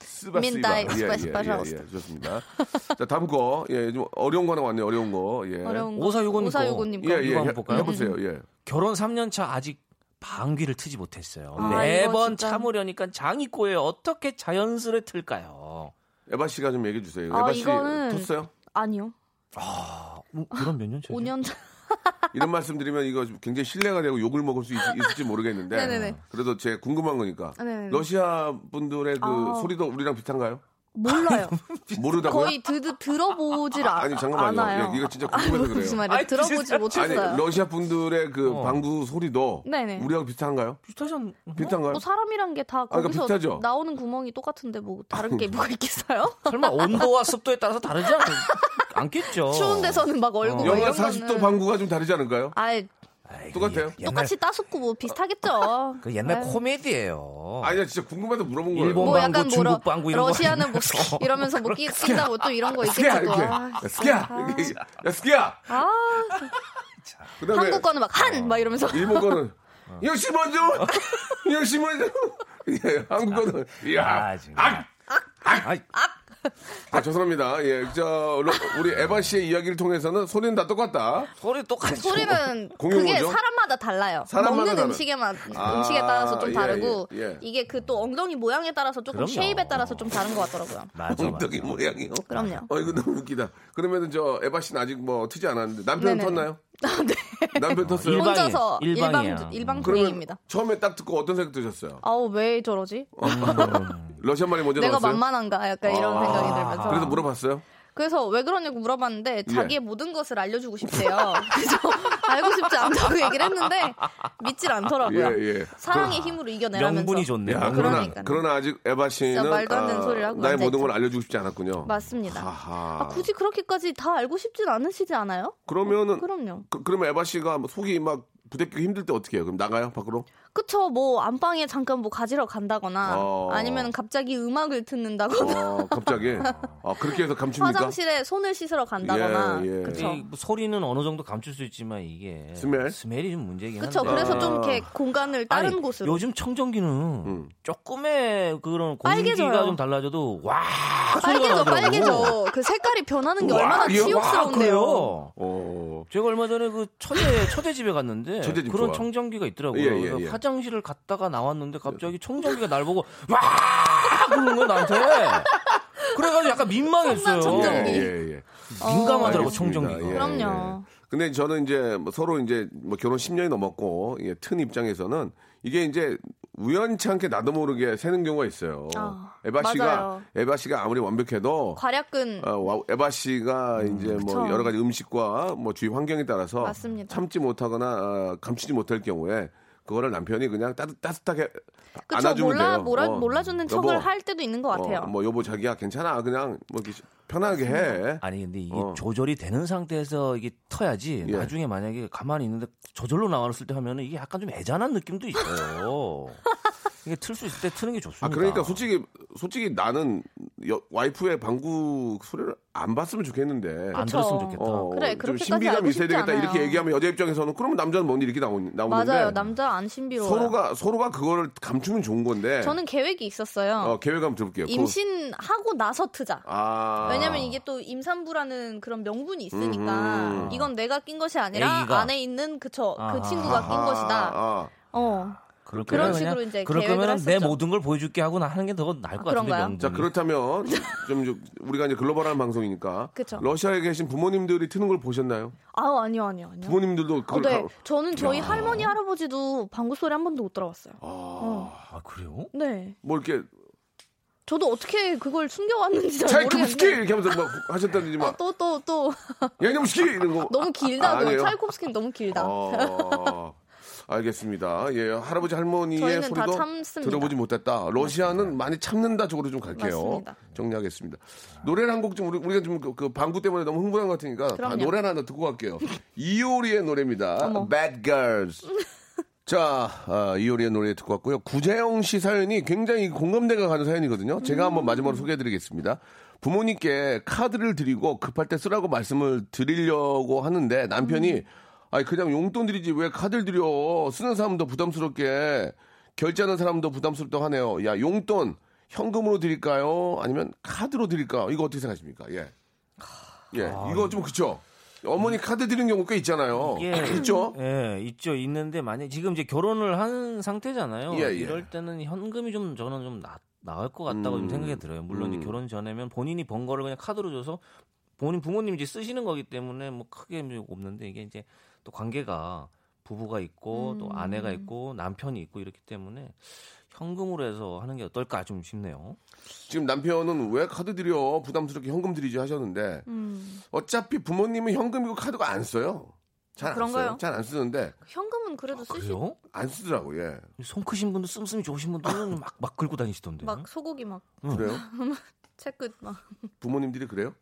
S3: 스바
S11: 민다이,
S3: 스바.
S11: 스바, 스바,
S3: 예, 예, 예, 좋습니다. 자 다음 거. 예, 좀 어려운 거 하나 왔네요. 어려운 거. 예.
S11: 어려운 거.
S10: 오사육은
S11: 오사육오님
S3: 예,
S11: 거. 네.
S3: 예.
S10: 이거 한번
S3: 해-
S10: 볼까요?
S3: 해보세요. 예.
S10: 결혼 3년 차 아직 방귀를 트지 못했어요.
S11: 아, 이거
S10: 매번
S11: 진짜.
S10: 참으려니까 장이 꼬여 어떻게 자연스레 틀까요?
S3: 에바 씨가 좀 얘기해 주세요.
S11: 아,
S3: 에바 씨
S11: 이거는-
S3: 텄어요?
S11: 아니요.
S3: 어,
S10: 아, 음, 그럼 몇 년 차?
S11: 5년 전.
S3: 이런 말씀 드리면 이거 좀 굉장히 신뢰가 되고 욕을 먹을 수 있, 을지 모르겠는데.
S11: 네네네.
S3: 그래도 제 궁금한 거니까.
S11: 네네네.
S3: 러시아 분들의 그
S11: 아.
S3: 소리도 우리랑 비슷한가요?
S11: 몰라요.
S3: 모르다고요?
S11: 거의 드, 들어보질 아,
S3: 아니
S11: 않아요.
S3: 잠깐만요. 예, 이거 진짜 궁금해서 그래요.
S11: 무슨 말이야?
S10: 아니,
S11: 들어보질
S3: 아니
S11: 못했어요.
S3: 러시아 분들의 그
S10: 어.
S3: 방구 소리도
S11: 네네.
S3: 우리하고 비슷한가요?
S10: 비슷하셨나?
S3: 비슷한가요?
S11: 뭐 사람이란 게 다
S3: 그러니까
S11: 거기서
S3: 비슷하죠? 아, 그러니까.
S11: 나오는 구멍이 똑같은데 뭐 다른 게 뭐가 있겠어요?
S10: 설마 온도와 습도에 따라서 다르지 않, 않겠죠?
S11: 추운 데서는 막 얼굴
S10: 어.
S11: 막
S3: 영하
S11: 뭐 이런
S3: 40도
S11: 거는.
S3: 방구가 좀 다르지 않을까요?
S11: 아이,
S10: 아이, 그
S3: 똑같아요?
S10: 옛날-
S11: 똑같이 네. 따숩고 뭐 비슷하겠죠.
S10: 그 옛날
S11: 아유.
S10: 코미디예요.
S3: 아니 나 진짜 궁금해서 물어본 거예요.
S10: 일본
S11: 뭐
S10: 방구,
S11: 약간
S10: 중국
S11: 뭐라
S10: 방구 이런
S11: 러시아는
S10: 거.
S11: 뭐 스키 이러면서 뭐 끼- 낀다고 또 이런 거
S3: 스키야
S11: 있겠지 또.
S3: 이렇게
S11: 아,
S3: 야, 스키야 이렇게. 야 스키야
S11: 아,
S3: 그다음에 어.
S11: 한국 거는 막 한 막 이러면서
S3: 일본 거는 어. 역시 먼저 역시 먼저 예, 한국 거는
S10: 아,
S3: 야
S10: 지금. 아, 아,
S3: 아, 죄송합니다 예저 우리 에바 씨의 이야기를 통해서는 소리는 다 똑같다
S10: 소리 똑같이.
S11: 소리는
S3: 공용
S11: 그게
S3: 뭐죠?
S11: 사람마다 달라요.
S3: 사람마다
S11: 먹는
S3: 다른-
S11: 음식에 만
S3: 아,
S11: 음식에 따라서 좀
S3: 예,
S11: 다르고
S3: 예, 예.
S11: 이게 그 또 엉덩이 모양에 따라서 조금
S10: 그럼요.
S11: 쉐입에 따라서 좀 다른 것 같더라고요.
S10: 맞아, 맞아.
S3: 엉덩이 모양이요
S11: 그럼요.
S3: 어 이거 너무 웃기다 그러면은 저 에바 씨는 아직 뭐 트지 않았는데 남편은
S11: 네네.
S3: 텄나요
S11: 네.
S3: 남편 텄어요
S10: 일방이에요.
S11: 혼자서
S10: 일방이에요.
S11: 일방 일방
S3: 그러면
S11: 동행입니다.
S3: 처음에 딱 듣고 어떤 생각 드셨어요
S11: 아우 왜 저러지?
S10: 음.
S3: 러시아 말이 먼저
S11: 내가
S3: 나왔어요
S11: 만만한가 약간 이런
S10: 아,
S11: 생각이 들면서
S3: 그래서
S11: 그래서,
S3: 물어봤어요
S11: 왜 그러냐고 물어봤는데
S3: 예.
S11: 자기의 모든 것을 알려주고 싶대요. 그래서 알고 싶지 않다고 얘기를 했는데 믿질 않더라고요.
S3: 예, 예.
S11: 사랑의 힘으로 이겨내라면서
S10: 아, 명분이 좋네요.
S3: 야, 아, 그러나
S11: 그러니까요.
S3: 그러나 아직 에바 씨는
S11: 진짜 말도 안 되는
S3: 아,
S11: 소리를 하고
S3: 나의
S11: 앉아있죠.
S3: 모든 걸 알려주고 싶지 않았군요.
S11: 맞습니다.
S3: 아하.
S11: 아, 굳이 그렇게까지 다 알고 싶진 않으시지 않아요?
S3: 그러면은
S11: 그럼요.
S3: 그, 러면 에바 씨가 뭐 속이 막 부대끼고 힘들 때 어떻게 해요? 그럼 나가요 밖으로?
S11: 그쵸, 뭐, 안방에 잠깐 뭐 가지러 간다거나,
S3: 어.
S11: 아니면 갑자기 음악을 듣는다거나,
S3: 어, 갑자기 아, 그렇게 해서 감춥니까?
S11: 그 화장실에 손을 씻으러 간다거나,
S3: 예, 예.
S11: 그쵸.
S10: 이, 뭐 소리는 어느 정도 감출 수 있지만 이게
S3: 스멜?
S10: 스멜이 좀 문제긴 한데.
S11: 그쵸, 그래서 좀
S3: 아.
S11: 이렇게 공간을 다른
S10: 아니,
S11: 곳으로.
S10: 요즘 청정기는
S3: 음.
S10: 조금의 그런 공기가
S11: 빨개져요.
S10: 좀 달라져도 와
S11: 빨개져,
S10: 소리가 나더라고.
S11: 빨개져. 그 색깔이 변하는 게
S3: 와,
S11: 얼마나
S3: 이거- 와,
S11: 치욕스러운데요.
S10: 그래요.
S3: 어,
S10: 제가 얼마 전에 그 처제 처제 집에 갔는데
S3: 처제집
S10: 그런
S3: 좋아.
S10: 청정기가 있더라고요.
S3: 예, 예,
S10: 그래서
S3: 예. 네.
S10: 화장실을 갔다가 나왔는데 갑자기 청정기가 날 보고 와 그러는 거야 나한테. 그래가지고 약간 민망했어요.
S11: 청정기. 어.
S3: 예, 예, 예.
S10: 민감하더라고
S3: 알겠습니다.
S10: 청정기가.
S3: 예,
S11: 그럼요.
S3: 예. 근데 저는 이제 뭐 서로 이제 뭐 결혼 10년이 넘었고 예, 튼 입장에서는 이게 이제 우연치 않게 나도 모르게 새는 경우가 있어요.
S11: 아,
S3: 에바 씨가
S11: 맞아요.
S3: 에바 씨가 아무리 완벽해도
S11: 과략근
S3: 어, 와- 에바 씨가 이제 뭐
S11: 음, 그쵸.
S3: 여러 가지 음식과 뭐 주위 환경에 따라서
S11: 맞습니다.
S3: 참지 못하거나 어, 감추지 못할 경우에 그거를 남편이 그냥 따뜻, 따뜻하게
S11: 그쵸
S3: 안아주면
S11: 몰라
S3: 돼요.
S11: 몰라
S3: 어,
S11: 몰라주는
S3: 여보,
S11: 척을 할 때도 있는 것 같아요.
S3: 어, 뭐 여보 자기야 괜찮아 그냥 뭐 이렇게 편하게 해.
S10: 아니 근데 이게
S3: 어.
S10: 조절이 되는 상태에서 이게 터야지
S3: 예.
S10: 나중에 만약에 가만히 있는데 저절로 나왔을 때 하면은 이게 약간 좀 애잔한 느낌도 있어요. 이게 틀 수 있을 때 트는 게 좋습니다.
S3: 아 그러니까 솔직히 솔직히 나는 여- 와이프의 방구 소리를 안 봤으면 좋겠는데.
S10: 안
S11: 그쵸.
S10: 들었으면 좋겠다.
S3: 어,
S11: 그래,
S3: 좀
S11: 그렇게까지
S3: 신비감이
S11: 알고
S3: 있어야
S11: 싶지
S3: 되겠다
S11: 않아요.
S3: 이렇게 얘기하면 여자 입장에서는 그러면 남자는 뭔 이렇게 나오, 나오는데
S11: 맞아요. 남자 안 신비로워요.
S3: 서로가 서로가 그거를 감추면 좋은 건데
S11: 저는 계획이 있었어요.
S3: 어, 계획 한번 들어볼게요. 그거-
S11: 임신하고 나서 트자.
S3: 아.
S11: 왜냐면 이게 또 임산부라는 그런 명분이 있으니까
S3: 음.
S11: 이건 내가 낀 것이 아니라
S10: 애기가.
S11: 안에 있는 그쵸
S10: 아하.
S11: 그 친구가 낀
S3: 아,
S11: 것이다.
S3: 아.
S11: 어
S10: 그럴
S11: 그런
S10: 거면
S11: 식으로
S10: 그냥
S11: 이제
S10: 그럴
S11: 계획을
S10: 거면 내
S11: 했었죠.
S10: 모든 걸 보여줄게 하고 나 하는 게 더 나을 것
S11: 아,
S10: 같은데
S11: 그런가요?
S10: 명분이.
S3: 자 그렇다면 좀, 좀 우리가 이제 글로벌한 방송이니까
S11: 그쵸.
S3: 러시아에 계신 부모님들이 트는 걸 보셨나요?
S11: 아우 아니요 아니요 아니요.
S3: 부모님들도
S11: 어,
S3: 그걸
S11: 네,
S3: 가-
S11: 저는 저희 할머니 할아버지도 방구 소리 한 번도 못 들어봤어요.
S10: 아 그래요?
S11: 네,
S3: 뭐 이렇게
S11: 저도 어떻게 그걸 숨겨왔는지 잘
S3: 차이콥스키
S11: 모르겠는데. 아,
S3: 이렇게 하면서 막 하셨다든지 막
S11: 또 또 또
S3: 양념스키 이런 거
S11: 너무 길다. 그
S3: 아니에요?
S11: 차이콥스키는 너무 길다.
S3: 어, 알겠습니다. 예, 할아버지 할머니의
S11: 저희는 다
S3: 소리도
S11: 참습니다.
S3: 들어보지 못했다. 러시아는 많이 참는다 쪽으로 좀 갈게요.
S11: 맞습니다.
S3: 정리하겠습니다. 노래를 한 곡 좀 우리, 우리가 좀 그 방구 때문에 너무 흥분한 것 같으니까 다
S11: 그럼요.
S3: 노래를 하나 듣고 갈게요. 이효리의 노래입니다.
S11: 어머.
S3: Bad Girls. 자, 아, 이효리의 노래 듣고 왔고요. 구재영 씨 사연이 굉장히 공감대가 가는 사연이거든요. 제가 한번 마지막으로 소개해드리겠습니다. 부모님께 카드를 드리고 급할 때 쓰라고 말씀을 드리려고 하는데 남편이
S11: 음.
S3: 아니 그냥 용돈 드리지 왜 카드를 드려 쓰는 사람도 부담스럽게 결제하는 사람도 부담스럽다고 하네요. 야 용돈 현금으로 드릴까요? 아니면 카드로 드릴까요? 이거 어떻게 생각하십니까? 예, 예,
S11: 아,
S3: 이거 좀 그쵸? 어머니 카드 드리는 경우 꽤 있잖아요.
S10: 이게-
S3: 있죠?
S10: 예, 있죠. 있는데 만약 지금 이제 결혼을 한 상태잖아요.
S3: 예, 예.
S10: 이럴 때는 현금이 좀 저는 좀 나, 나을 것 같다고
S3: 음.
S10: 좀 생각이 들어요. 물론
S3: 음.
S10: 이제 결혼 전에면 본인이 번 거를 그냥 카드로 줘서 본인 부모님 이제 쓰시는 거기 때문에 뭐 크게 뭐 없는데 이게 이제 또 관계가 부부가 있고 또
S11: 음.
S10: 아내가 있고 남편이 있고 이렇기 때문에 현금으로 해서 하는 게 어떨까 좀 싶네요.
S3: 지금 남편은 왜 카드 드려 부담스럽게 현금 드리지 하셨는데
S11: 음,
S3: 어차피 부모님은 현금이고 카드가 안 써요. 잘 안
S11: 그런가요?
S3: 써요. 잘 안 쓰는데
S11: 현금은 그래도 쓰시
S10: 그래요?
S3: 안 쓰더라고. 예.
S10: 손 크신 분도 씀씀이 좋으신 분들은 막, 막 긁고
S3: 네.
S10: 다니시던데.
S11: 막 소고기 막
S3: 그래요?
S11: 채끝 막
S3: 부모님들이 그래요?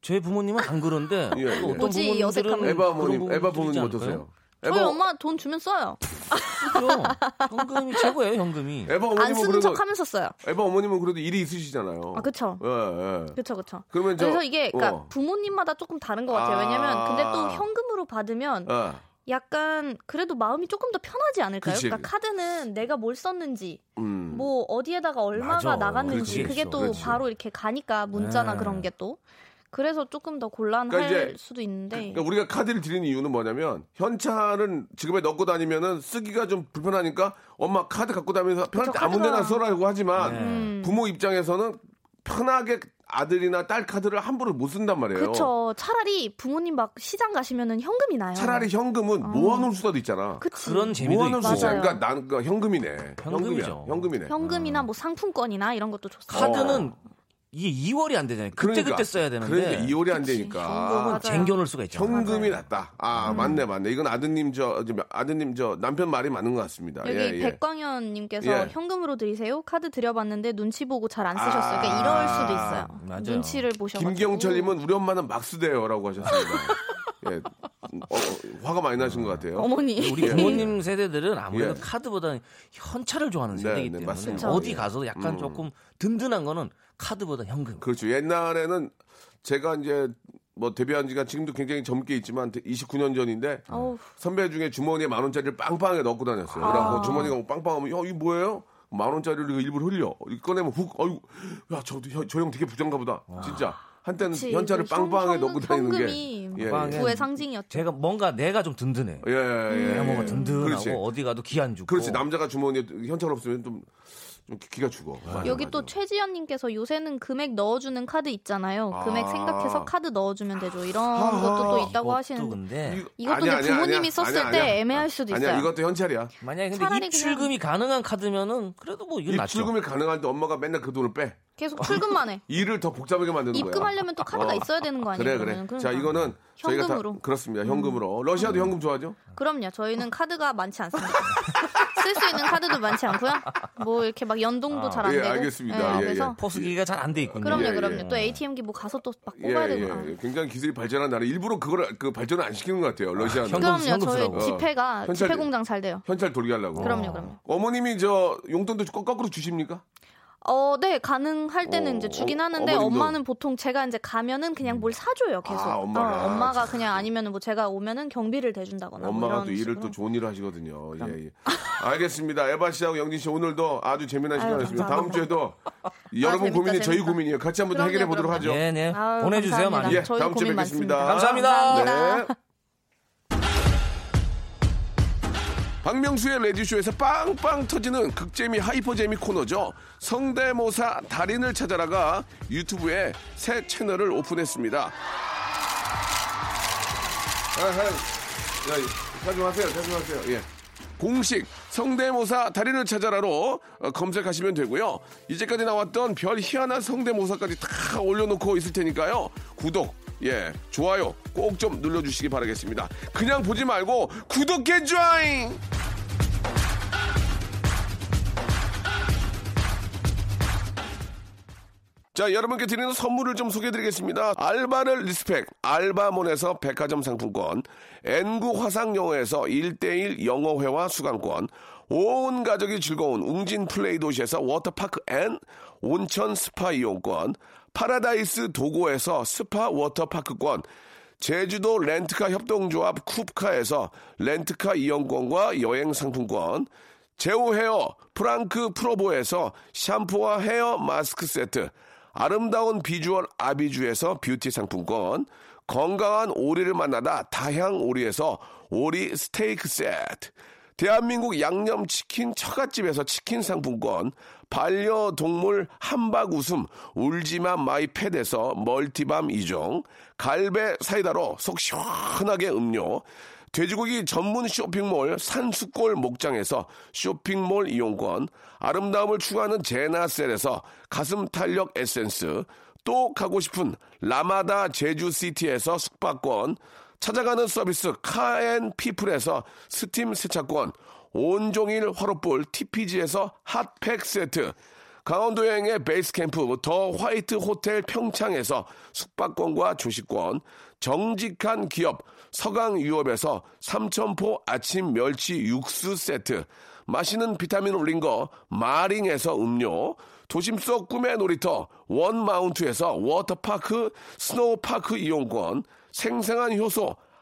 S10: 제 부모님은 안 그런데
S3: 예, 예.
S10: 어떤
S11: 뭐지,
S10: 부모님들은
S11: 어색함.
S3: 에바
S10: 그런
S3: 부모님,
S10: 부분들이
S3: 에바 뭐
S10: 있지
S3: 부모님
S10: 않을까요?
S3: 어떠세요?
S11: 저희 엄마 돈 주면 써요.
S10: 그죠? 현금이 최고예요, 현금이.
S3: 에바
S11: 안
S3: 어머님은
S11: 쓰는
S3: 그래도
S11: 척 하면서 써요.
S3: 에바 어머님은 그래도 일이 있으시잖아요.
S11: 아, 그쵸.
S3: 예, 예.
S11: 그쵸, 그쵸.
S3: 그러면 저
S11: 그래서 이게 그러니까
S3: 어.
S11: 부모님마다 조금 다른 것 같아요. 왜냐면 근데 또
S3: 아.
S11: 현금으로 받으면
S3: 예.
S11: 약간 그래도 마음이 조금 더 편하지 않을까요?
S3: 그치.
S11: 그러니까 카드는 내가 뭘 썼는지,
S3: 음.
S11: 뭐 어디에다가 얼마가
S10: 맞아.
S11: 나갔는지
S10: 그치,
S11: 그게
S10: 그치.
S11: 또
S3: 그치.
S11: 바로 이렇게 가니까 문자나
S10: 네.
S11: 그런 게 또. 그래서 조금 더 곤란할
S3: 그러니까 이제
S11: 수도 있는데.
S3: 그러니까 우리가 카드를 드리는 이유는 뭐냐면 현찰은 지갑에 넣고 다니면은 쓰기가 좀 불편하니까 엄마 카드 갖고 다니면서 편할 때 아무
S11: 카드가-
S3: 데나 써라고 하지만
S11: 음.
S3: 부모 입장에서는 편하게 아들이나 딸 카드를 함부로 못 쓴단 말이에요.
S11: 그쵸. 차라리 부모님 막 시장 가시면은 현금이 나요.
S3: 차라리 현금은 모아놓을 수도 있잖아.
S11: 어. 그치.
S10: 그런 재미도
S3: 모아놓을
S10: 있고
S3: 수 있잖아.
S11: 맞아요.
S3: 그러니까 난 그러니까 현금이네.
S10: 현금이죠.
S3: 현금이야. 현금이네. 음.
S11: 현금이나 뭐 상품권이나 이런 것도 좋습니다.
S10: 카드는 이게 2월이 안 되잖아요. 그때
S3: 어. 그러니까.
S10: 그때 써야 되는데
S3: 그러니까 이월이 안
S11: 그치.
S3: 되니까.
S11: 현금은 음. 맞아요.
S10: 쟁겨놓을 수가 있잖아요.
S3: 현금이 낫다. 아 맞네 맞네. 이건 아드님 저 저, 아드님 저 남편 말이 맞는 것 같습니다.
S11: 여기
S3: 예, 예.
S11: 백광현님께서
S3: 예.
S11: 현금으로 드리세요. 카드 드려봤는데 눈치 보고 잘 안 쓰셨어요.
S3: 아.
S11: 그러니까 이럴 수도 있어요.
S10: 맞아요.
S11: 눈치를 보셔가지고.
S3: 김경철님은 우리 엄마는 막스대요라고 하셨습니다. 예, 어, 어, 화가 많이 나신 것 같아요.
S11: 어머니.
S10: 우리 부모님 세대들은 아무래도
S3: 예.
S10: 카드보다는 현찰을 좋아하는
S3: 네,
S10: 세대이기
S3: 네,
S10: 때문에
S3: 맞습니다.
S10: 어디
S3: 예.
S10: 가서 약간 조금 든든한 거는 카드보다 현금.
S3: 그렇죠. 옛날에는 제가 이제 뭐 데뷔한 지가 지금도 굉장히 젊게 있지만 29년 전인데
S11: 어우. 아.
S3: 선배 중에 주머니에 만 원짜리를 빵빵하게 넣고 다녔어요. 그래갖고 주머니가 뭐 빵빵하면 야 이게 뭐예요? 만 원짜리를 이거 일부러 흘려. 이거 꺼내면 훅 아유 야저저 형 되게 부자인가 보다. 진짜 한때는
S11: 그치.
S3: 현찰을
S11: 그 현-
S3: 빵빵하게
S11: 현금-
S3: 넣고 다니는
S11: 현금이
S3: 게 예,
S10: 빵빵하게
S3: 예.
S11: 부의 상징이었죠.
S10: 제가 뭔가 내가 좀 든든해.
S3: 예, 예, 예.
S10: 내가 뭔가 음. 든든하고
S3: 그렇지.
S10: 어디 가도 기안 주고.
S3: 그렇지 남자가 주머니에 현찰 없으면 좀, 좀 기가 죽어. 맞아,
S11: 여기
S3: 맞아.
S11: 또 최지연님께서 요새는 금액 넣어주는 카드 있잖아요.
S3: 아.
S11: 금액 생각해서 카드 넣어주면 되죠. 이런
S3: 아하.
S11: 것도 또
S10: 이것도
S11: 있다고 하시는데.
S10: 근데
S3: 이거-
S11: 이것도
S3: 아니야,
S11: 근데
S3: 아니야,
S11: 부모님이
S3: 아니야.
S11: 썼을
S3: 아니야,
S11: 때
S3: 아니야.
S11: 애매할 수도 있어요.
S3: 아니야 이것도 현찰이야.
S10: 만약에
S11: 차라리
S10: 근데 입출금이 가능한 카드면은 그래도 뭐 이건 낫죠.
S3: 입출금이 가능한데 엄마가 맨날 그 돈을 빼.
S11: 계속 출금만 해.
S3: 일을 더 복잡하게 만드는 거야.
S11: 입금하려면 또 카드가
S3: 어.
S11: 있어야 되는 거 아니에요?
S3: 그래 그래.
S11: 그러면은?
S3: 자
S11: 그러니까.
S3: 이거는 저희가 다
S11: 현금으로. 음.
S3: 그렇습니다. 현금으로. 러시아도
S10: 음.
S3: 현금 좋아하죠?
S11: 그럼요. 저희는 카드가 많지 않습니다. 쓸 수 있는 카드도 많지 않고요. 뭐 이렇게 막 연동도 잘 안
S3: 예,
S11: 되고.
S3: 알겠습니다. 예,
S11: 그래서
S10: 포스기가 잘 안 돼 있군요.
S11: 그럼요,
S3: 예,
S11: 그럼요.
S3: 예.
S11: 또 ATM기 뭐 가서 또 막
S3: 예,
S11: 뽑아야 되구나.
S3: 예, 예. 굉장히 기술이 발전한 나라. 일부러 그걸 그 발전을 안 시키는 것 같아요. 러시아는.
S10: 현금-
S11: 그럼요.
S10: 현금쓰라고.
S11: 저희 집회가
S3: 현찰-
S11: 집회 공장 잘 돼요.
S3: 현찰 돌게 하려고.
S11: 그럼요, 그럼요.
S3: 어머님이 저 용돈도 거- 거꾸로 주십니까?
S11: 어, 네, 가능할 때는
S3: 어,
S11: 이제 주긴
S3: 어,
S11: 하는데
S3: 어머님도- 음.
S11: 엄마는 보통 제가 이제 가면은 그냥 뭘 사줘요, 계속.
S3: 아, 엄마가. 그렇죠.
S11: 어, 엄마가 그냥 아니면은 뭐 제가 오면은 경비를 대준다거나. 뭐
S3: 엄마가
S11: 이런
S3: 또 일을
S11: 식으로.
S3: 또 좋은 일을 하시거든요. 예, 예. 알겠습니다. 에바 씨하고 영진 씨 오늘도 아주 재미난 시간이었습니다. 다음 주에도 여러분
S11: 아, 재밌다,
S3: 고민이 저희
S11: 재밌다.
S3: 고민이에요. 같이 한번
S11: 그럼요,
S3: 해결해 보도록 하죠.
S11: 그럼요.
S10: 네, 네.
S11: 아유,
S10: 보내주세요
S11: 감사합니다.
S10: 많이.
S3: 예,
S11: 저희
S3: 다음 주에
S11: 고민
S3: 뵙겠습니다.
S11: 많습니다.
S10: 감사합니다.
S11: 예.
S3: 네. 박명수의 레디쇼에서 빵빵 터지는 극재미 하이퍼재미 코너죠. 성대모사 달인을 찾아라가 유튜브에 새 채널을 오픈했습니다. 아, 아하, 야, 자중하세요, 자중하세요. 예. 공식 성대모사 달인을 찾아라로 어, 검색하시면 되고요. 이제까지 나왔던 별 희한한 성대모사까지 다 올려놓고 있을 테니까요. 구독, 예, 좋아요 꼭 좀 눌러주시기 바라겠습니다. 그냥 보지 말고 구독해 줘잉! 자, 여러분께 드리는 선물을 좀 소개해 드리겠습니다. 알바를 리스펙, 알바몬에서 백화점 상품권, N구 화상영어에서 1대1 영어회화 수강권, 온 가족이 즐거운 웅진 플레이 도시에서 워터파크 앤 온천 스파 이용권, 파라다이스 도고에서 스파 워터파크권, 제주도 렌트카 협동조합 쿱카에서 렌트카 이용권과 여행 상품권, 제오 헤어 프랑크 프로보에서 샴푸와 헤어 마스크 세트, 아름다운 비주얼 아비주에서 뷰티 상품권, 건강한 오리를 만나다 다향 오리에서 오리 스테이크 세트, 대한민국 양념치킨 처갓집에서 치킨 상품권, 반려동물 한박 웃음 울지마 마이패드에서 멀티밤 2종, 갈배 사이다로 속 시원하게 음료, 돼지고기 전문 쇼핑몰 산수골 목장에서 쇼핑몰 이용권, 아름다움을 추구하는 제나셀에서 가슴 탄력 에센스, 또 가고 싶은 라마다 제주시티에서 숙박권, 찾아가는 서비스 카앤피플에서 스팀 세차권, 온종일 화롯불 TPG에서 핫팩 세트, 강원도 여행의 베이스 캠프 더 화이트 호텔 평창에서 숙박권과 조식권, 정직한 기업 서강유업에서 삼천포 아침 멸치 육수 세트, 맛있는 비타민 올린 거 마링에서 음료, 도심 속 꿈의 놀이터 원마운트에서 워터파크 스노우파크 이용권, 생생한 효소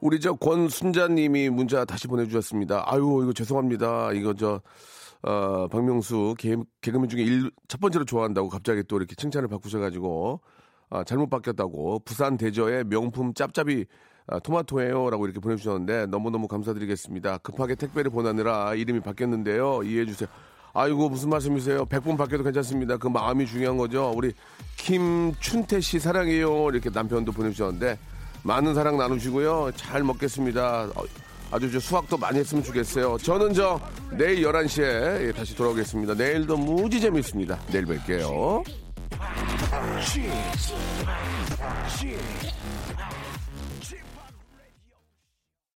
S3: 우리 저 권순자님이 문자 다시 보내주셨습니다. 아유 이거 죄송합니다. 이거 저 어, 박명수 개, 개그맨 중에 일, 첫 번째로 좋아한다고 갑자기 또 이렇게 칭찬을 바꾸셔가지고 아, 잘못 바뀌었다고 부산 대저의 명품 짭짭이 아, 토마토예요라고 이렇게 보내주셨는데 너무너무 감사드리겠습니다. 급하게 택배를 보내느라 이름이 바뀌었는데요 이해해주세요. 아이고 무슨 말씀이세요? 100번 바뀌어도 괜찮습니다. 그 마음이 중요한 거죠. 우리 김춘태 씨 사랑해요 이렇게 남편도 보내주셨는데 많은 사랑 나누시고요. 잘 먹겠습니다. 어, 아주 저 수학도 많이 했으면 좋겠어요. 저는 저 내일 11시에 예, 다시 돌아오겠습니다. 내일도 무지 재밌습니다. 내일 뵐게요.
S2: Cheers. Cheers.